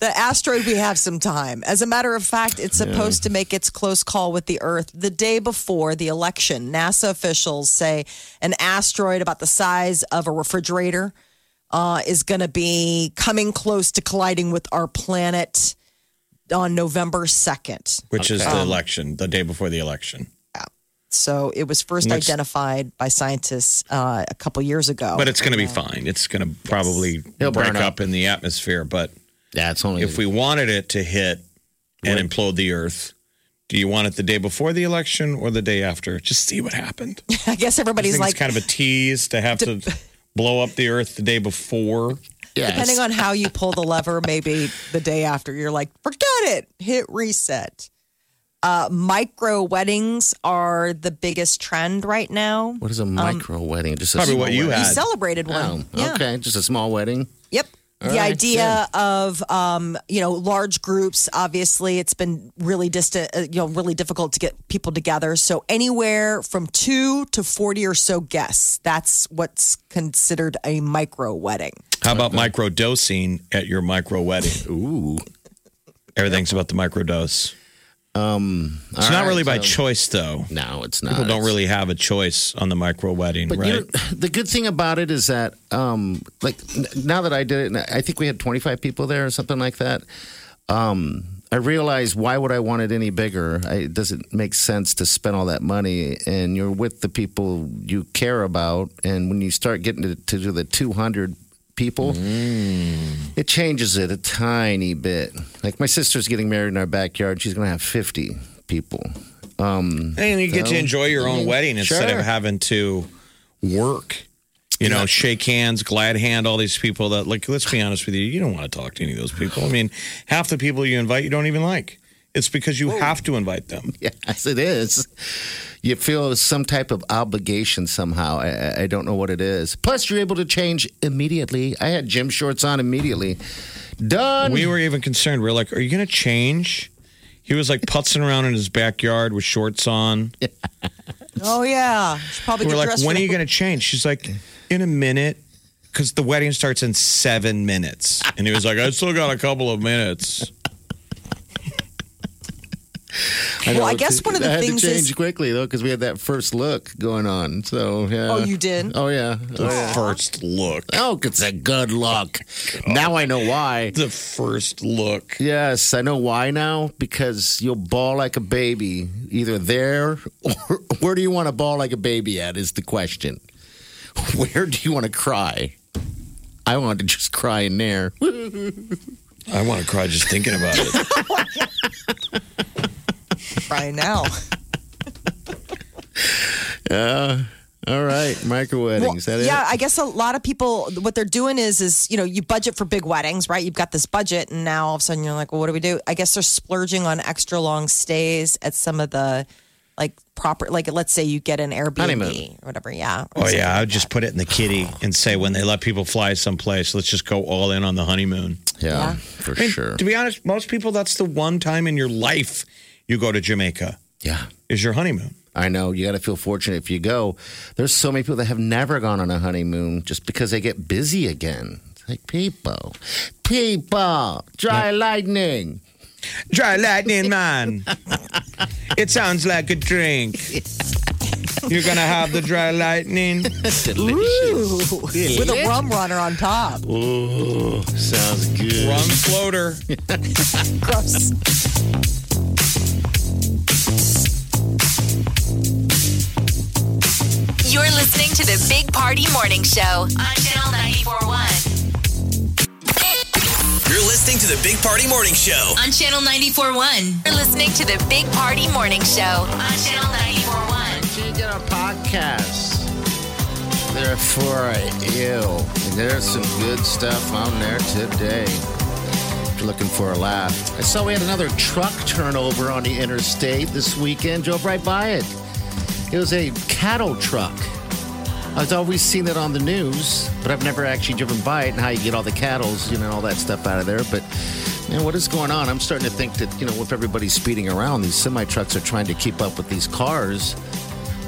The asteroid, we have some time. As a matter of fact, it's supposed to make its close call with the Earth the day before the election. NASA officials say an asteroid about the size of a refrigerator uh, is going to be coming close to colliding with our planet on November 2nd. Which is the election, the day before the election. So it was first identified by scientists uh, a couple years ago. But it's going to be fine. It's going to probably It'll break burn up. up in the atmosphere. But Mm. Yeah, it's only if we wanted it to hit and implode the Earth, Do you want it the day before the election or the day after? Just see what happened. I I guess everybody's think like, it's kind of a tease to have to blow up the earth the day before. depending on how you pull the lever, maybe the day after, you're like, forget it, hit reset. Uh, micro weddings are the biggest trend right now. What is a micro wedding? Just a Probably small what you wedding. You had. celebrated Oh, one. Yeah. okay. Just a small wedding. Yep. All the right, idea of um, you know large groups. Obviously, it's been really distant, uh, you know, really difficult to get people together. So anywhere from two to forty or so guests. That's what's considered a micro wedding. How about micro dosing at your micro wedding? Ooh. Everything's about the micro dose. Um, It's not really by choice, though. No, it's not. People don't It's- really have a choice on the micro wedding, But right? you know, the good thing about it is that, um, like, n- now that I did it, and I think we had 25 people there or something like that. Um, I realized why would I want it any bigger? I, it doesn't make sense to spend all that money, and you're with the people you care about. And when you start getting to, to the 200 people, it changes it a tiny bit. Like my sister's getting married in our backyard; she's going to have 50 people. Um, And you get to enjoy your own wedding instead sure. of having to work. You know, shake hands, glad hand, all these people that, like, let's be honest with you, you don't want to talk to any of those people. I mean, half the people you invite, you don't even like. It's because you have to invite them. Yes, it is. You feel some type of obligation somehow. I- I, I don't know what it is. Plus, you're able to change immediately. I had gym shorts on immediately. Done. We were even concerned. We were like, are you going to change? He was like putzing around in his backyard with shorts on. Oh yeah, Should probably We get were like, dressed when for are you the- going to change? She's like, in a minute, because the wedding starts in seven minutes. And he was like, I still got a couple of minutes. Well, I know, guess one of the I had things to is- change quickly though because we had that first look going on. So yeah. Oh, you did? Oh yeah. Oh, yeah. First look. Oh, it's a good look. Now I know why. The first look. Yes, I know why now because you'll ball like a baby either there or where do you want to ball like a baby at is the question. Where do you want to cry? I want to just cry in there. I want to cry just thinking about it. right now. All right, micro Well, wedding. Is that it? yeah, I guess a lot of people what they're doing is is you know you budget for big weddings, right? You've got this budget, and now all of a sudden you're like, well, what do we do? I guess they're splurging on extra long stays at some of the like proper like let's say you get an Airbnb Honeymoon. or whatever. Yeah. Oh yeah, I would just put it in the kitty and say when they let people fly someplace, let's just go all in on the honeymoon. Yeah, for I mean, sure. To be honest, most people that's the one time in your life you go to Jamaica Yeah. is your honeymoon. I know you got to feel fortunate if you go. There's so many people that have never gone on a honeymoon just because they get busy again. It's like people, people, dry lightning. Dry lightning man. it sounds like a drink. You're gonna have the dry lightning. With a rum runner on top. Ooh, sounds good. Rum floater. Gross. You're listening to the Big Party Morning Show on Channel 941. You're listening to the Big Party Morning Show. On Channel 941. You're listening to the Big Party Morning Show on Channel 941. She did a podcast. Therefore, you. And there's some good stuff on there today. If you're looking for a laugh. I saw we had another truck turnover on the interstate this weekend. Drove right by it. It was a cattle truck. I've always seen it on the news, but I've never actually driven by it and how you get all the cattles, you know, all that stuff out of there. But man, what is going on? I'm starting to think that, you know, if everybody's speeding around, these semi trucks are trying to keep up with these cars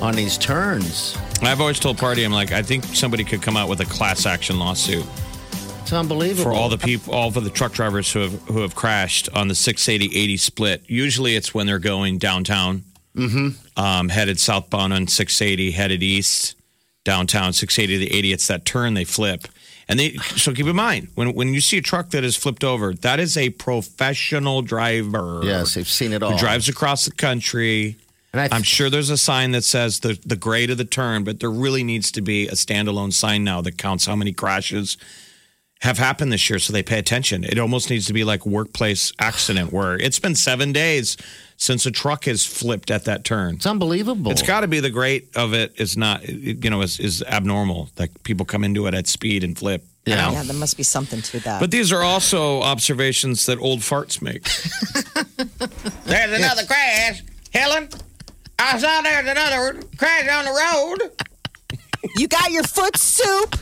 on these turns. I've always told Party, I'm like, I think somebody could come out with a class action lawsuit. It's unbelievable. for all the people, all for the truck drivers who have who have crashed on the 680 80 split. Usually, it's when they're going downtown, mm-hmm. um, headed southbound on 680, headed east downtown 680 to 80. It's that turn they flip, and they. So keep in mind when when you see a truck that is flipped over, that is a professional driver. yes, they've seen it all. who drives across the country. and I I'm sure there's a sign that says the, the grade of the turn, but there really needs to be a standalone sign now that counts how many crashes have happened this year, so they pay attention. It almost needs to be like workplace accident where it's been seven days since a truck has flipped at that turn. It's unbelievable. It's got to be the great of it is not you know is is abnormal like people come into it at speed and flip. Yeah. Yeah, there must be something to that. But these are also observations that old farts make. there's another crash, Helen. I saw there's another crash on the road. you got your foot soup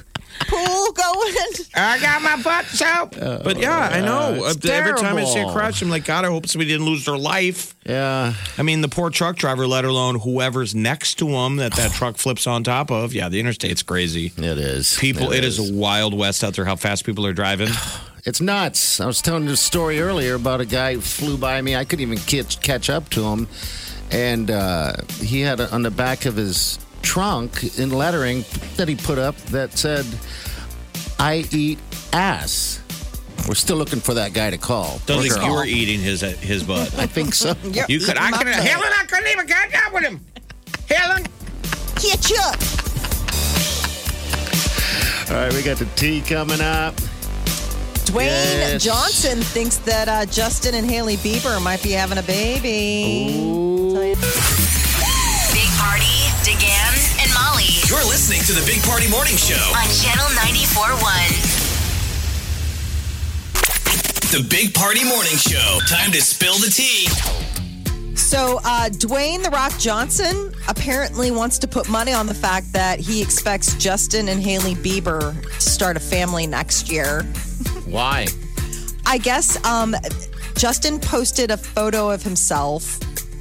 pool going. I got my butt soap. but yeah, I know. it's Every time I see a terrible. crash, I'm like, God, I hope somebody didn't lose their life. yeah. I mean, the poor truck driver, let alone whoever's next to him that that truck flips on top of. Yeah, the interstate's crazy. It is. People, it is. a wild west out there. How fast people are driving. It's nuts. I was telling you a story earlier about a guy who flew by me. I couldn't even catch, catch up to him. And uh, he had uh on the back of his trunk in lettering that he put up that said, I eat ass. We're still looking for that guy to call. Don't Or think girl. you were eating his his butt. I think so. You could, I could, Helen, I couldn't even catch up with him. Helen, Catch up. All right, we got the tea coming up. Dwayne Yes. Johnson thinks that uh, Justin and Haley Bieber might be having a baby. Big Party, DeGan, and Molly You're listening to the Big Party Morning Show. on Channel 94.1. The Big Party Morning Show. Time to spill the tea. So, uh, Dwayne The Rock Johnson apparently wants to put money on the fact that he expects Justin and Haley Bieber to start a family next year. Why? I guess um, Justin posted a photo of himself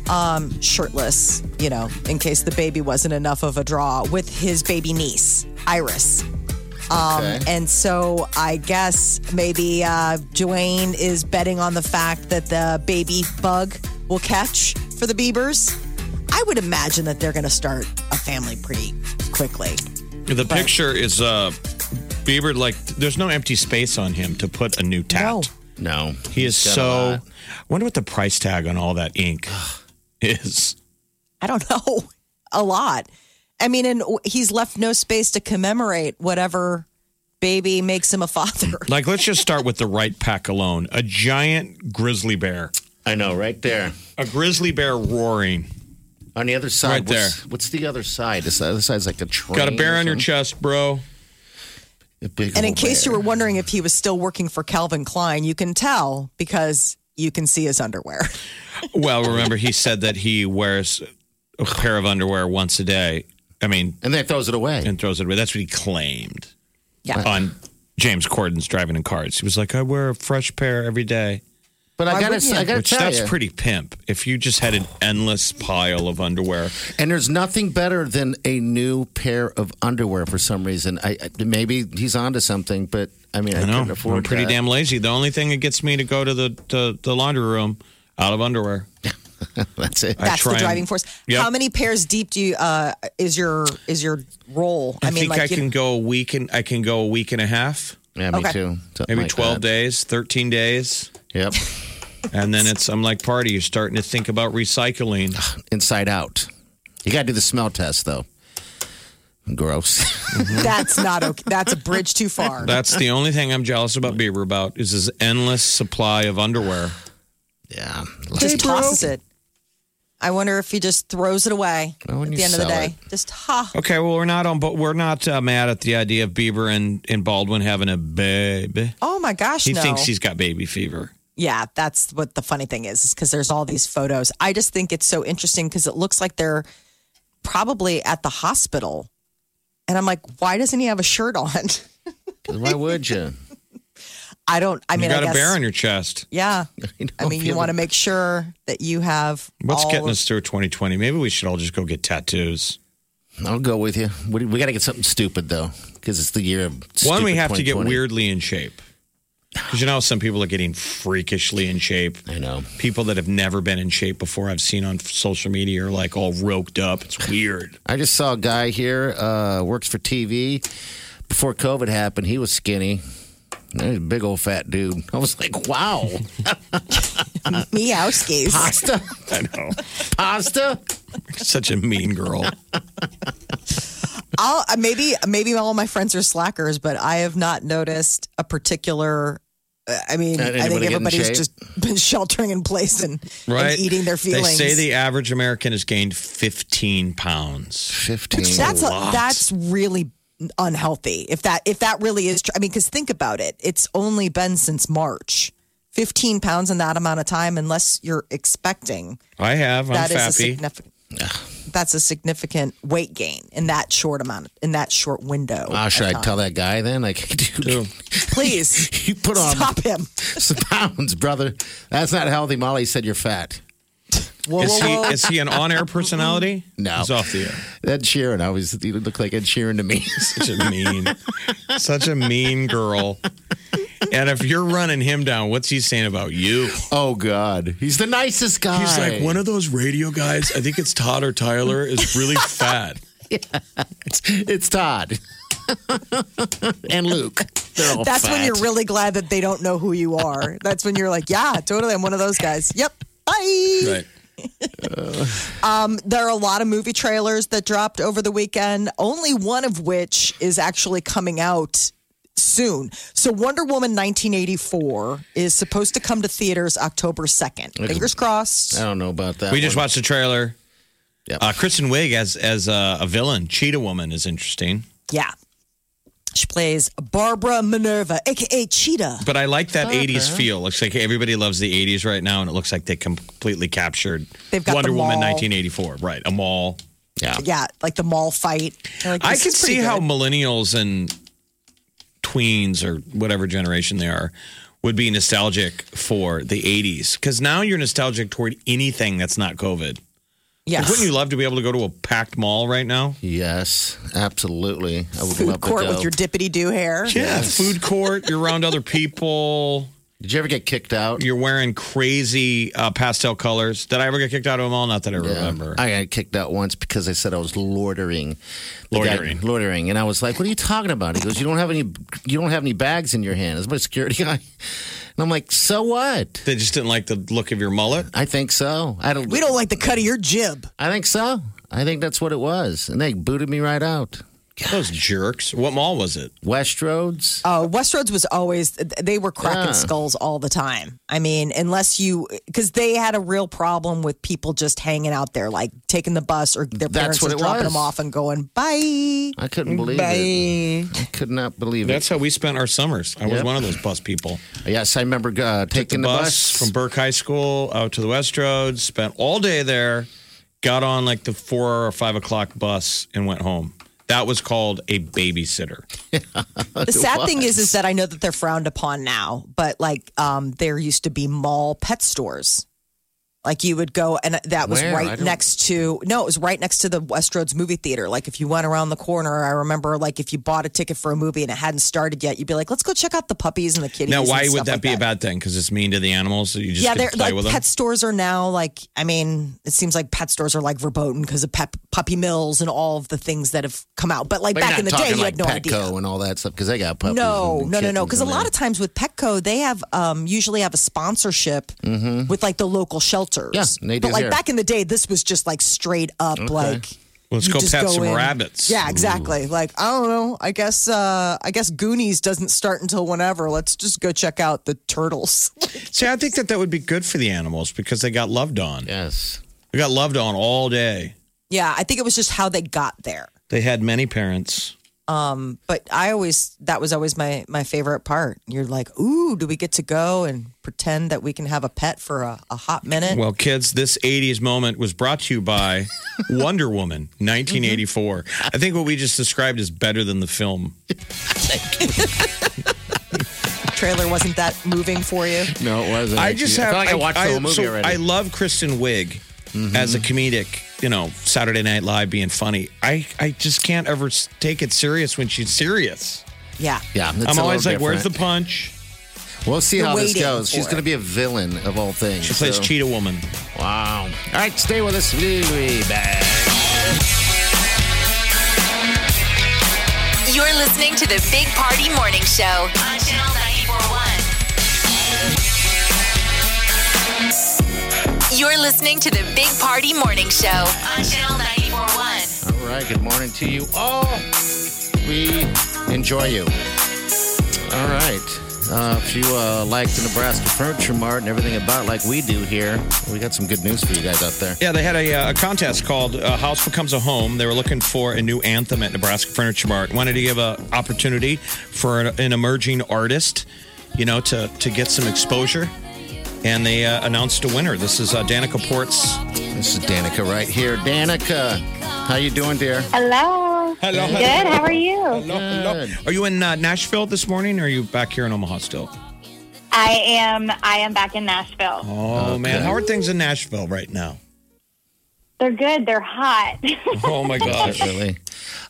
um, shirtless, you know, in case the baby wasn't enough of a draw with his baby niece, Iris. Um, Okay. And so I guess maybe uh, Joanne is betting on the fact that the baby bug will catch for the Beavers. I would imagine that they're going to start a family pretty quickly. the picture is uh, Bieber. Like, there's no empty space on him to put a new tat. No. No. He is He's got a so. lot. I wonder what the price tag on all that ink is. I don't know, a lot. I mean, and he's left no space to commemorate whatever baby makes him a father. Like, let's just start with the right pack alone. A giant grizzly bear, I know, right there. a grizzly bear roaring. On the other side. Right what's, What's the other side? This other side's like a train. Got a bear or on your something. chest, bro. A big And in old case you bear. were wondering if he was still working for Calvin Klein, you can tell because you can see his underwear. Well, remember he said that he wears a pair of underwear once a day. I mean, And then he throws it away. and throws it away. That's what he claimed. Yeah. On James Corden's driving in cars, he was like, "I wear a fresh pair every day," But I Why gotta, wouldn't I you? gotta which tell that's you, pretty pimp. If you just had an endless pile of underwear, and there's nothing better than a new pair of underwear for some reason. I, I maybe he's onto something, but I mean, I, I know couldn't afford I'm pretty that. damn lazy. The only thing that gets me to go to the the, the laundry room out of underwear. That's it. I That's the try and- driving force. Yep. How many pairs deep do you uh, is your is your roll? I, think I you- can go a week and I can go a week and a half, Yeah, me Okay. too. Something maybe like twelve that. days, thirteen days, Yep, and then it's I'm like party. You're starting to think about recycling. inside out. You gotta do the smell test though. Gross. that's not okay. That's a bridge too far. That's the only thing I'm jealous about Bieber about is his endless supply of underwear. yeah. just tosses it. I wonder if he just throws it away Why at wouldn't the you end of the sell day. Just ha. Okay, well we're not on, but we're not uh, mad at the idea of Bieber and, and Baldwin having a baby. Oh my gosh! He no. thinks he's got baby fever. Yeah, that's what the funny thing is, is because there's all these photos. I just think it's so interesting because it looks like they're probably at the hospital. And I'm like, why doesn't he have a shirt on? Why would you? I don't, I mean, you got I a guess, bear on your chest. yeah. I mean, you want to to. make sure that you have What's all getting of- us through 2020? Maybe we should all just go get tattoos. I'll go with you. We, we gotta get something stupid though, because it's the year of. One, we stupid have to get 2020. weirdly in shape. Because you know, how some people are getting freakishly in shape. I know. People that have never been in shape before, I've seen on social media, are like all roped up. It's weird. I just saw a guy here uh, works for TV. Before COVID happened, he was skinny. There's a big old fat dude. I was like, wow, Meowskis. pasta, I know. pasta. Such a mean girl. I'll uh, maybe maybe all my friends are slackers, but I have not noticed a particular. uh, I mean, Not I think anybody getting everybody's shape? just been sheltering in place and, and Right? eating their feelings. They say the average American has gained 15 pounds. 15. that's a, lot. that's really unhealthy. If that if that really is true, I mean, because think about it. It's only been since March. Fifteen pounds in that amount of time, unless you're expecting I have. I'm that is a fappy. significant. That's a significant weight gain in that short amount, in that short window. Oh, should I of time. tell that guy then? Like, dude, Please you put on stop him. some pounds, brother. That's not healthy. Molly said you're fat. Whoa, Is whoa, he, whoa. is he an on air personality? No. He's off the air. Ed Sheeran always you look like Ed Sheeran to me. Such a mean, such a mean girl. And if you're running him down, what's he saying about you? oh God, he's the nicest guy. He's like one of those radio guys. I think it's Todd or Tyler is really fat. it's, it's Todd and Luke. They're all That's when fat. you're really glad that they don't know who you are. That's when you're like, yeah, totally. I'm one of those guys. Yep. Bye. Right. There are a lot of movie trailers that dropped over the weekend, only one of which is actually coming out soon. So Wonder Woman 1984 is supposed to come to theaters October 2nd. Fingers crossed. I don't know about that. We just one. watched the trailer. Yep. Uh, Kristen Wiig as as a, a villain, Cheetah Woman, is interesting. Yeah. She plays Barbara Minerva, aka Cheetah. But I like that '80s feel. Looks like everybody loves the '80s right now, and it looks like they completely captured They've got Wonder the Woman mall. 1984. Right, a mall. Yeah, like the mall fight. Like, I this can is pretty see how good. millennials and tweens or whatever generation they are would be nostalgic for the 80s because now you're nostalgic toward anything that's not COVID. yes. Wouldn't you love to be able to go to a packed mall right now? Yes, absolutely. I would food love court to go. with your dippity do hair. Yes. Food court, you're around other people, Did you ever get kicked out? you're wearing crazy uh, pastel colors. Did I ever get kicked out of a mall? Not that I remember. I got kicked out once because I said I was loitering. The guy- Loitering. loitering. And I was like, "What are you talking about?" He goes, "You don't have any. You don't have any bags in your hand." Is my security guy? And I'm like, "So what?" they just didn't like the look of your mullet. I think so. I don't. We don't like the cut of your jib. I think so. I think that's what it was. And they booted me right out. Those jerks. What mall was it? Westroads. Uh, Westroads was always, they were cracking Yeah. skulls all the time. I mean, unless you, because they had a real problem with people just hanging out there, like taking the bus or their That's parents what just it dropping was. them off and going, bye. I couldn't believe it. Bye. I could not believe That's how we spent our summers. I was Yep. one of those bus people. it. Yes, I remember uh, taking the bus, from Burke High School out to the West Road. Spent all day there. Got on like the four or five o'clock bus and went home. That was called a babysitter. The sad thing is, is that I know that they're frowned upon now, but like um, there used to be mall pet stores. Like you would go, and that was Where? I right don't- next to no, it was right next to the Westroads movie theater. Like if you went around the corner, I remember like if you bought a ticket for a movie and it hadn't started yet, you'd be like, "Let's go check out the puppies and the kitties." Now, and why stuff would that like be a bad thing? Because it's mean to the animals. So you just yeah, get they're to play like with pet them. stores are now like. I mean, it seems like pet stores are like verboten because of pep, puppy mills and all of the things that have come out. But like But back not in the day, talking you had like no Petco idea. and all that stuff because they got puppies. No, and no, no, no. kittens Because a and lot of that. times with Petco, they have um, usually have a sponsorship with like the local shelters. Mm-hmm. Yeah, they do but like here. back in the day, this was just like straight up like. Let's you go just pet some in. rabbits. Yeah, exactly. Like I don't know. I guess uh I guess Goonies doesn't start until whenever. Let's just go check out the turtles. See, I think that that would be good for the animals because they got loved on. Yes. They got loved on all day. yeah, I think it was just how they got there. They had many parents. But I always that was always my my favorite part. You're like, ooh, do we get to go and pretend that we can have a pet for a, a hot minute? Well, kids, this 80s moment was brought to you by Wonder Woman 1984. Mm-hmm. I think what we just described is better than the film. trailer wasn't that moving for you? No, it wasn't. I just actually. have. I feel like I, watched the whole movie so already. Mm-hmm. I love Kristen Wiig as a comedic. You know, Saturday Night Live being funny. I I just can't ever s- take it serious when she's serious. Yeah. yeah, it's I'm a always like, little "Where's the different. punch?" We'll see You're how this waiting goes. for She's it. going to be a villain of all things. She plays so- Cheetah Woman. Wow. All right, stay with us. We'll be back. You're listening to the Big Party Morning Show on Channel 941. You're listening to the Big Party Morning Show on Channel 941. All right. Good morning to you all. We enjoy you. All right. Uh, if you uh, like the Nebraska Furniture Mart and everything about like we do here, we got some good news for you guys out there. Yeah, they had a, uh, a contest called uh, "House Becomes a Home." They were looking for a new anthem at Nebraska Furniture Mart. Wanted to give a opportunity for an, an emerging artist, you know, to to get some exposure. And they uh, announced a winner. This is uh, Danica Ports. This is Danica right here. Danica, how you doing, dear? Hello. Hello, hello. Good. How are you? Hello, hello. Good. Are you in uh, Nashville this morning, or are you back here in Omaha still? I am. I am back in Nashville. Oh Okay. man, how are things in Nashville right now? They're good. They're hot. Oh my gosh. Really?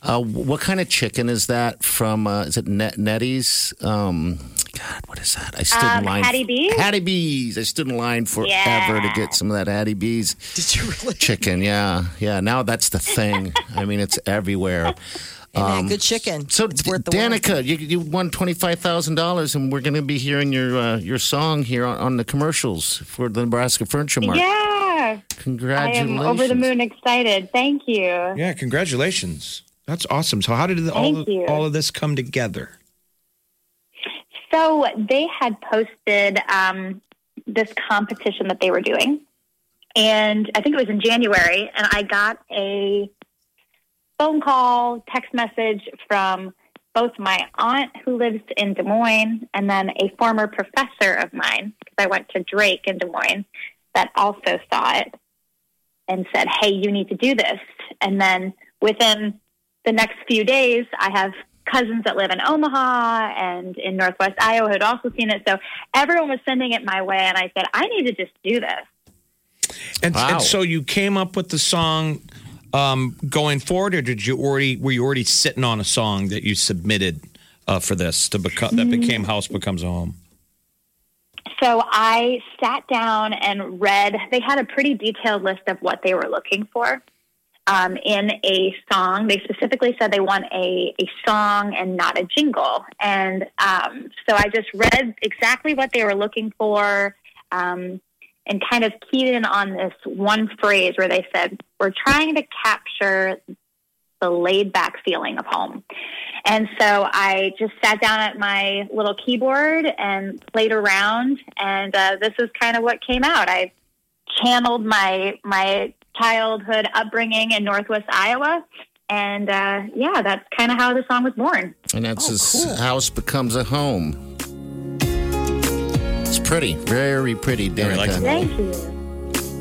Uh, what kind of chicken is that from? Uh, is it Net- Nettie's? Um, God, what is that? I stood in Um, line. Hattie B's? Hattie B's. I stood in line forever to Yeah. get some of that Hattie B's Did you really? chicken. Yeah, yeah. Now that's the thing. I mean, it's everywhere. Man, good chicken. Um, So, it's D- worth the wait. Danica, you, you won twenty five thousand dollars, and we're going to be hearing your uh, your song here on, on the commercials for the Nebraska Furniture Mart. yeah. I Congratulations! am over the moon excited. Thank you. yeah, congratulations. That's awesome. So how did all Thank of, you. all of this come together? So they had posted um, this competition that they were doing, and I think it was in January. And I got a phone call, text message from both my aunt who lives in Des Moines and then a former professor of mine because I went to Drake in Des Moines that also saw it and said, "Hey, you need to do this." And then within the next few days, I have cousins that live in Omaha and in Northwest Iowa who had also seen it. So everyone was sending it my way, and I said, I need to just do this. And, Wow. and so you came up with the song um, going forward, or did you already were you already sitting on a song that you submitted uh, for this to become that Mm-hmm. became House Becomes a Home? So I sat down and read. They had a pretty detailed list of what they were looking for um, in a song. They specifically said they want a, a song and not a jingle. And um, so I just read exactly what they were looking for um, and kind of keyed in on this one phrase where they said, We're trying to capture the laid back feeling of home. And so I just sat down at my little keyboard and played around, and uh, this is kind of what came out. I channeled my my childhood upbringing in Northwest Iowa, and uh, yeah, that's kind of how the song was born. And that's Oh, his house becomes a home. It's pretty, very pretty, I like Danica. Thank you.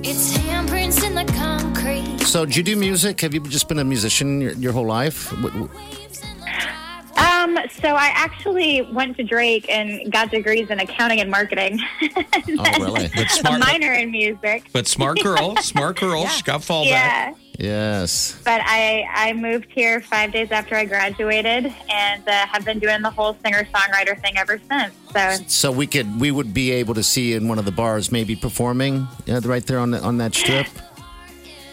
It's handprints in the concrete. So, did you do music? Have you just been a musician your, your whole life? What- what- Um, so I actually went to Drake and got degrees in accounting and marketing, Oh, really? But a smart, minor in music. but smart girl, smart girl. She got fallback. Yeah. yes. but I, I moved here five days after I graduated and uh, have been doing the whole singer songwriter thing ever since. So So we could, we would be able to see you in one of the bars, maybe performing you know, right there on the, on that strip.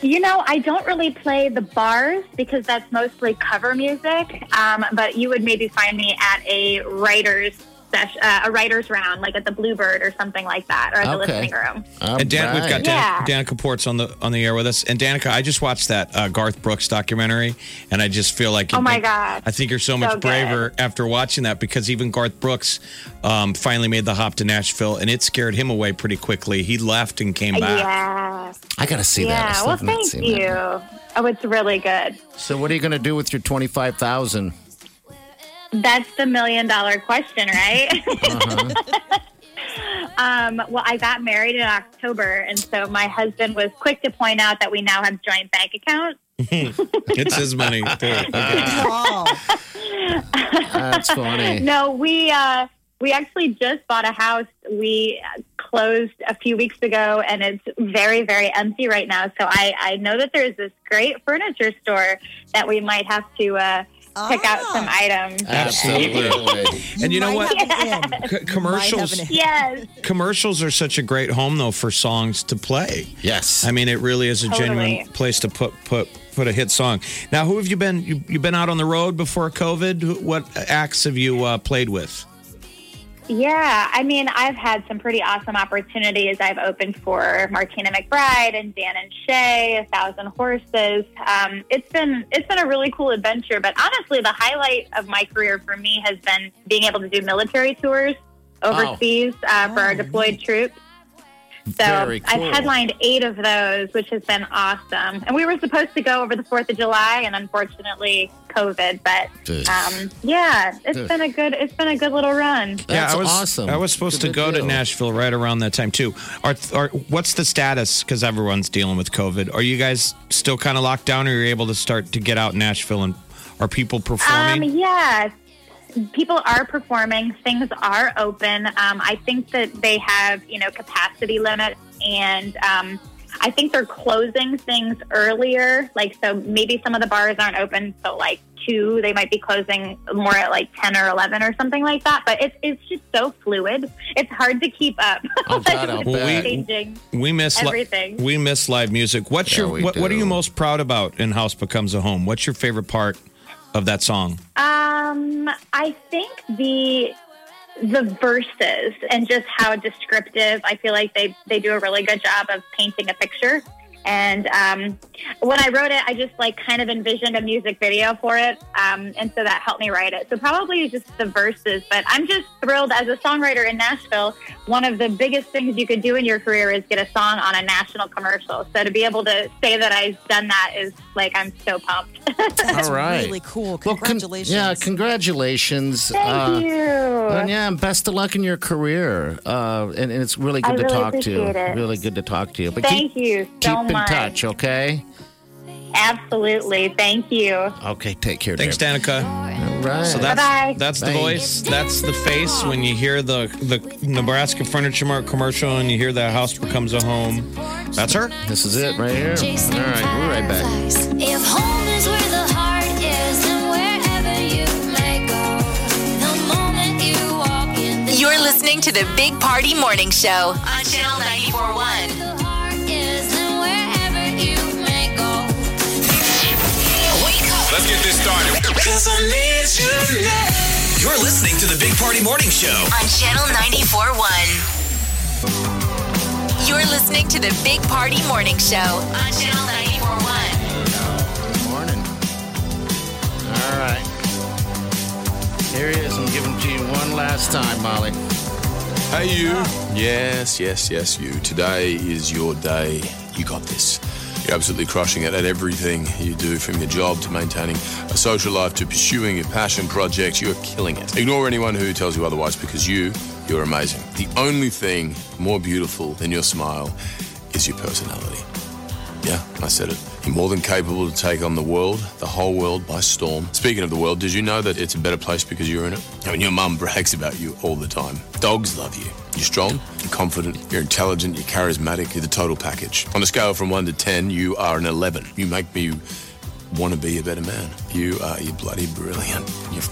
you know, I don't really play the bars because that's mostly cover music. Um, but you would maybe find me at a writers session, uh, a writers round, like at the Bluebird or something like that, or at the Okay. listening room. And Dan, we've got All Dan, right. Yeah. Danica Ports on the on the air with us. And Danica, I just watched that uh, Garth Brooks documentary, and I just feel like Oh my gosh. I think you're so So much good. braver after watching that because even Garth Brooks um, finally made the hop to Nashville, and it scared him away pretty quickly. He left and came back. Yeah, I gotta see that. I yeah. still Well, have not thank seen you. that. Oh, it's really good. So, what are you gonna do with your twenty five thousand? That's the million dollar question, right? um, well, I got married in October, and so my husband was quick to point out that we now have joint bank accounts. It's his money. too. Oh, That's funny. No, we uh, we actually just bought a house. We uh, closed a few weeks ago, and it's very very empty right now. So I I know that there's this great furniture store that we might have to uh, pick out Ah. some Uh, items. Absolutely. And you know might what? have an in. C- commercials Might have an- Yes. commercials are such a great home though for songs to play. yes. I mean, it really is a genuine Totally. place to put put put a hit song. Now, who have you been? You, you've been out on the road before COVID. Who- What acts have you uh, played with? Yeah, I mean, I've had some pretty awesome opportunities. I've opened for Martina McBride and Dan and Shay, A Thousand Horses. Um, it's been it's been a really cool adventure. But honestly, the highlight of my career for me has been being able to do military tours Oh. overseas uh, for our deployed troops. So Very cool. I've headlined eight of those, which has been awesome. And we were supposed to go over the Fourth of July, and unfortunately, COVID. But Ugh. um, yeah, it's Ugh. been a good it's been a good little run. I was, I was supposed to go to Nashville right around that time too. Are, are what's the status? Because everyone's dealing with COVID. Are you guys still kind of locked down, or are you able to start to get out in Nashville and are people performing? Um, yeah, people are performing. Things are open. Um, I think that they have you know capacity limits, and um, I think they're closing things earlier. Like so, maybe some of the bars aren't open till like two. They might be closing more at like ten or eleven or something like that. But it's it's just so fluid. It's hard to keep up. Oh, God, I'll Like, bet. changing we miss li- Um, everything. we miss live music. What's Yeah, your we what, what are do. you most proud about in House Becomes a Home? What's your favorite part of that song? Um, I think the the verses and just how descriptive. I feel like they they do a really good job of painting a picture. And um, when I wrote it, I just like kind of envisioned a music video for it, um, and so that helped me write it. So probably just the verses, but I'm just thrilled as a songwriter in Nashville. One of the biggest things you could do in your career is get a song on a national commercial. So to be able to say that I've done that is like I'm so pumped. All right. really cool. Well, con- Congratulations. yeah, congratulations. uh, Thank you. and yeah, and best of luck in your career. Uh, and, and it's really I good to really talk to you. appreciate it. Really good to talk to you. But Thank keep, you so keep in much. touch, okay? Absolutely. Thank you. Okay, take care. Thanks, Danica. All right. So that's Bye-bye. that's the Thanks. voice. That's the face when you hear the the Nebraska Furniture Mart commercial and you hear that house becomes a home. That's her. This is it right here. Chasing All right, we're right back. If home is where the heart is, then wherever you may go, the moment you walk in the You're listening to the Big Party Morning Show on Channel 941. is, then wherever you may go. Let's get this started. You're listening to the Big Party Morning Show. On Channel 941. You're listening to the Big Party Morning Show on Channel 941. Morning. All right. Here he is. I'm giving it to you one last time, Molly. Hey, you. Yes, yes, yes, you. Today is your day. You got this. You're absolutely crushing it at everything you do, from your job to maintaining a social life to pursuing your passion projects. You're killing it. Ignore anyone who tells you otherwise because you, you're amazing. The only thing more beautiful than your smile is your personality. Yeah, I said it. You're more than capable to take on the world, the whole world, by storm. Speaking of the world, did you know that it's a better place because you're in it? I mean, your mum brags about you all the time. Dogs love you. You're strong, you're confident, you're intelligent, you're charismatic, you're the total package. On a scale from 1 to 10, you are an 11. You make me want to be a better man. You are, you're bloody brilliant. You're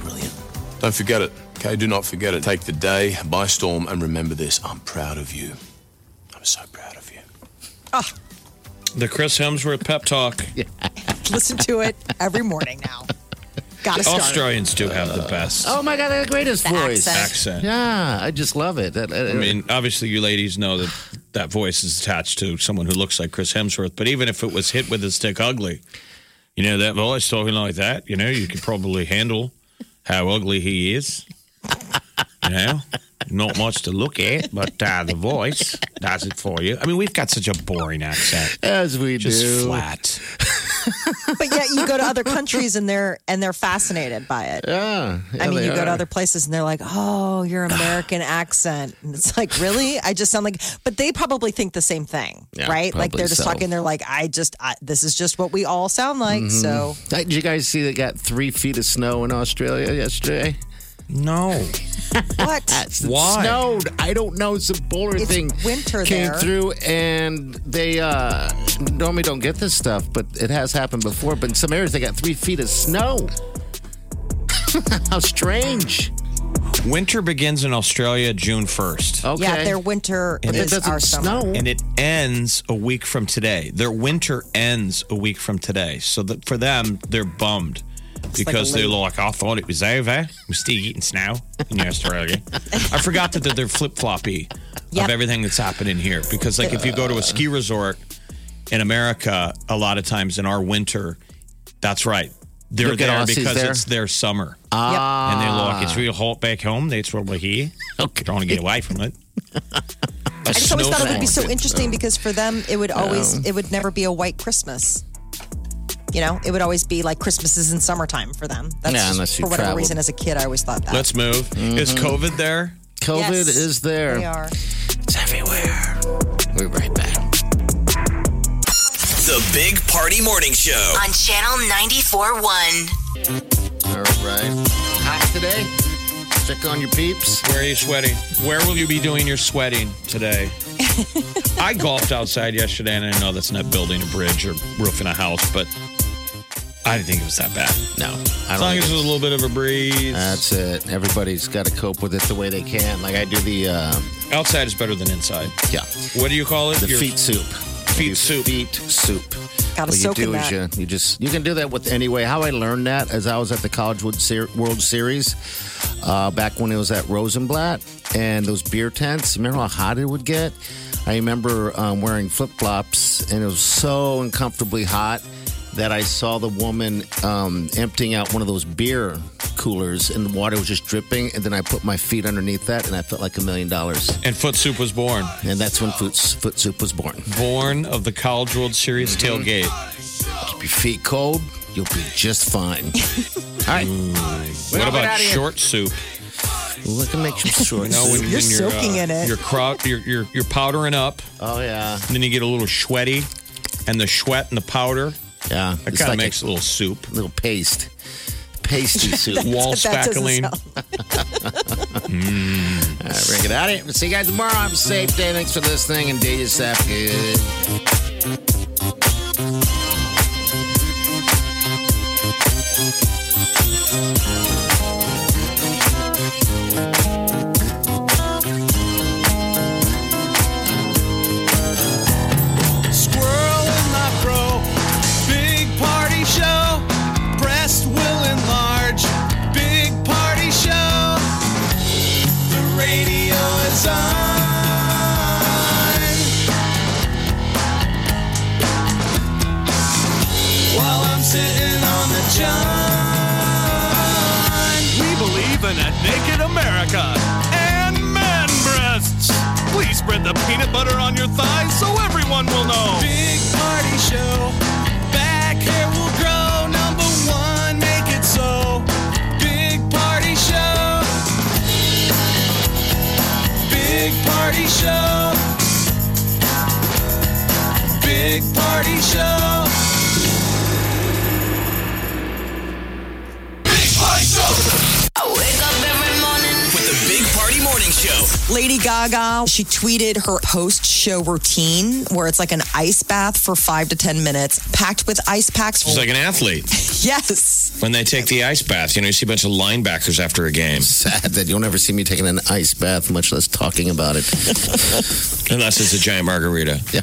brilliant. Don't forget it, okay? Do not forget it. Take the day by storm and remember this I'm proud of you. I'm so proud of you. The Chris Hemsworth pep talk. Listen to it every morning now. Gotta start. Australians do have the best. Oh my God, the greatest The voice. accent. Accent. Yeah, I just love it. That- I mean, obviously, you ladies know that that voice is attached to someone who looks like Chris Hemsworth. But even if it was hit with a stick ugly, you know that voice talking like that, you know, you could probably handle how ugly he is. You know, not much to look at, but uh, the voice does it for you. I mean, we've got such a boring accent, as we just do. flat. But yet you go to other countries and they're and they're fascinated by it. Yeah. yeah, I mean, they you go to are. other places and they're like, "Oh, your American accent," and it's like, "Really?" I just sound like, but they probably think the same thing, Yeah, right? Like probably they're just so. talking. They're like, "I just, I, this is just what we all sound like." So Hey, Did you guys see they got three feet of snow in Australia yesterday? No, what? Mm-hmm. That's Why? snowed. I don't know. Some polar It's thing winter came there. through, and they uh, normally don't get this stuff, but it has happened before. But in some areas, they got three feet of snow. How strange. winter begins in Australia June first. Okay. Yeah, their winter And it is our doesn't summer. snow. and it ends a week from today. Their winter ends a week from today. So that for them, they're bummed because like a they're little- like, I thought it was over. We're still eating snow in Australia. I forgot that they're- they're flip floppy of everything that's happening here. Because, like, if you go to a ski resort in America, a lot of times in our winter, that's right. They're You'll get there Aussies because there? it's their summer. Ah. And they're like, it's real hot back home. That's what we're here. Okay. Trying to get away from it. I just always thought it would be so interesting because for them, it would always, it would never be a white Christmas. You know, it would always be like Christmases in summertime for them. That's Yeah, just- unless you for whatever traveled. reason, as a kid, I always thought that. Let's move. Mm-hmm. Is COVID there? COVID is there. They are. It's everywhere. We're right back. The Big Party Morning Show. On Channel 94.1. All right. Hot today. Check on your peeps. Where are you sweating? Where will you be doing your sweating today? I golfed outside yesterday, and I know that's not building a bridge or roofing a house, but I didn't think it was that bad. No. I As long don't think as it's- it was a little bit of a breeze. That's it. Everybody's got to cope with it the way they can. Like I do the uh, outside is better than inside. Yeah. What do you call it? The Your- feet soup. Feet soup. Feet soup. Gotta what soak you do in is that. you, you just you can do that with anyway. How I learned that is I was at the College Wood Ser- World Series uh, back when it was at Rosenblatt and those beer tents. Remember how hot it would get? I remember um, wearing flip flops and it was so uncomfortably hot that I saw the woman um, emptying out one of those beer coolers and the water was just dripping. And then I put my feet underneath that and I felt like a million dollars. And Foot Soup was born. And that's when Foot, Foot Soup was born. Born of the College World Series Mm-hmm. tailgate. Keep your feet cold, you'll be just fine. All right. We're What gonna get about outta here. short soup? Well, can make some short You know, when, soup. when You're you're soaking uh, in it. You're, cro- you're, you're, you're powdering up. Oh, yeah. And then you get a little sweaty, and the sweat and the powder. Yeah. That it's kind of like makes a little soup. little paste. Pasty soup. That's- Wall that doesn't spackling. sound- All right, we're gonna get out of here. We'll see you guys tomorrow. Have a safe day. Thanks for listening and do yourself good. Squirrel in my bro. Big party show. Breast will enlarge. Big party show. The radio is on. While I'm sitting on the john. We believe in a naked America and man breasts. Please spread the peanut butter on your thighs so everyone will know. Big party show. Back hair will grow. Number one, make it so. Big party show. Big party show. Big party show. Wake up every morning. With the Big Party Morning Show. Lady Gaga, she tweeted her post show routine where it's like an ice bath for five to 10 minutes, packed with ice packs. She's like an athlete. yes. When they take the ice bath, you know, you see a bunch of linebackers after a game. Sad that you'll never see me taking an ice bath, much less talking about it. Unless it's a giant margarita. Yeah.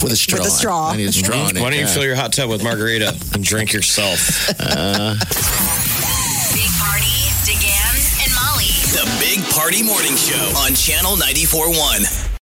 with a straw. With a straw. I need a straw. in Why it, don't you yeah. fill your hot tub with margarita and drink yourself? Big Party, DeGan, and Molly. The Big Party Morning Show on Channel 94.1.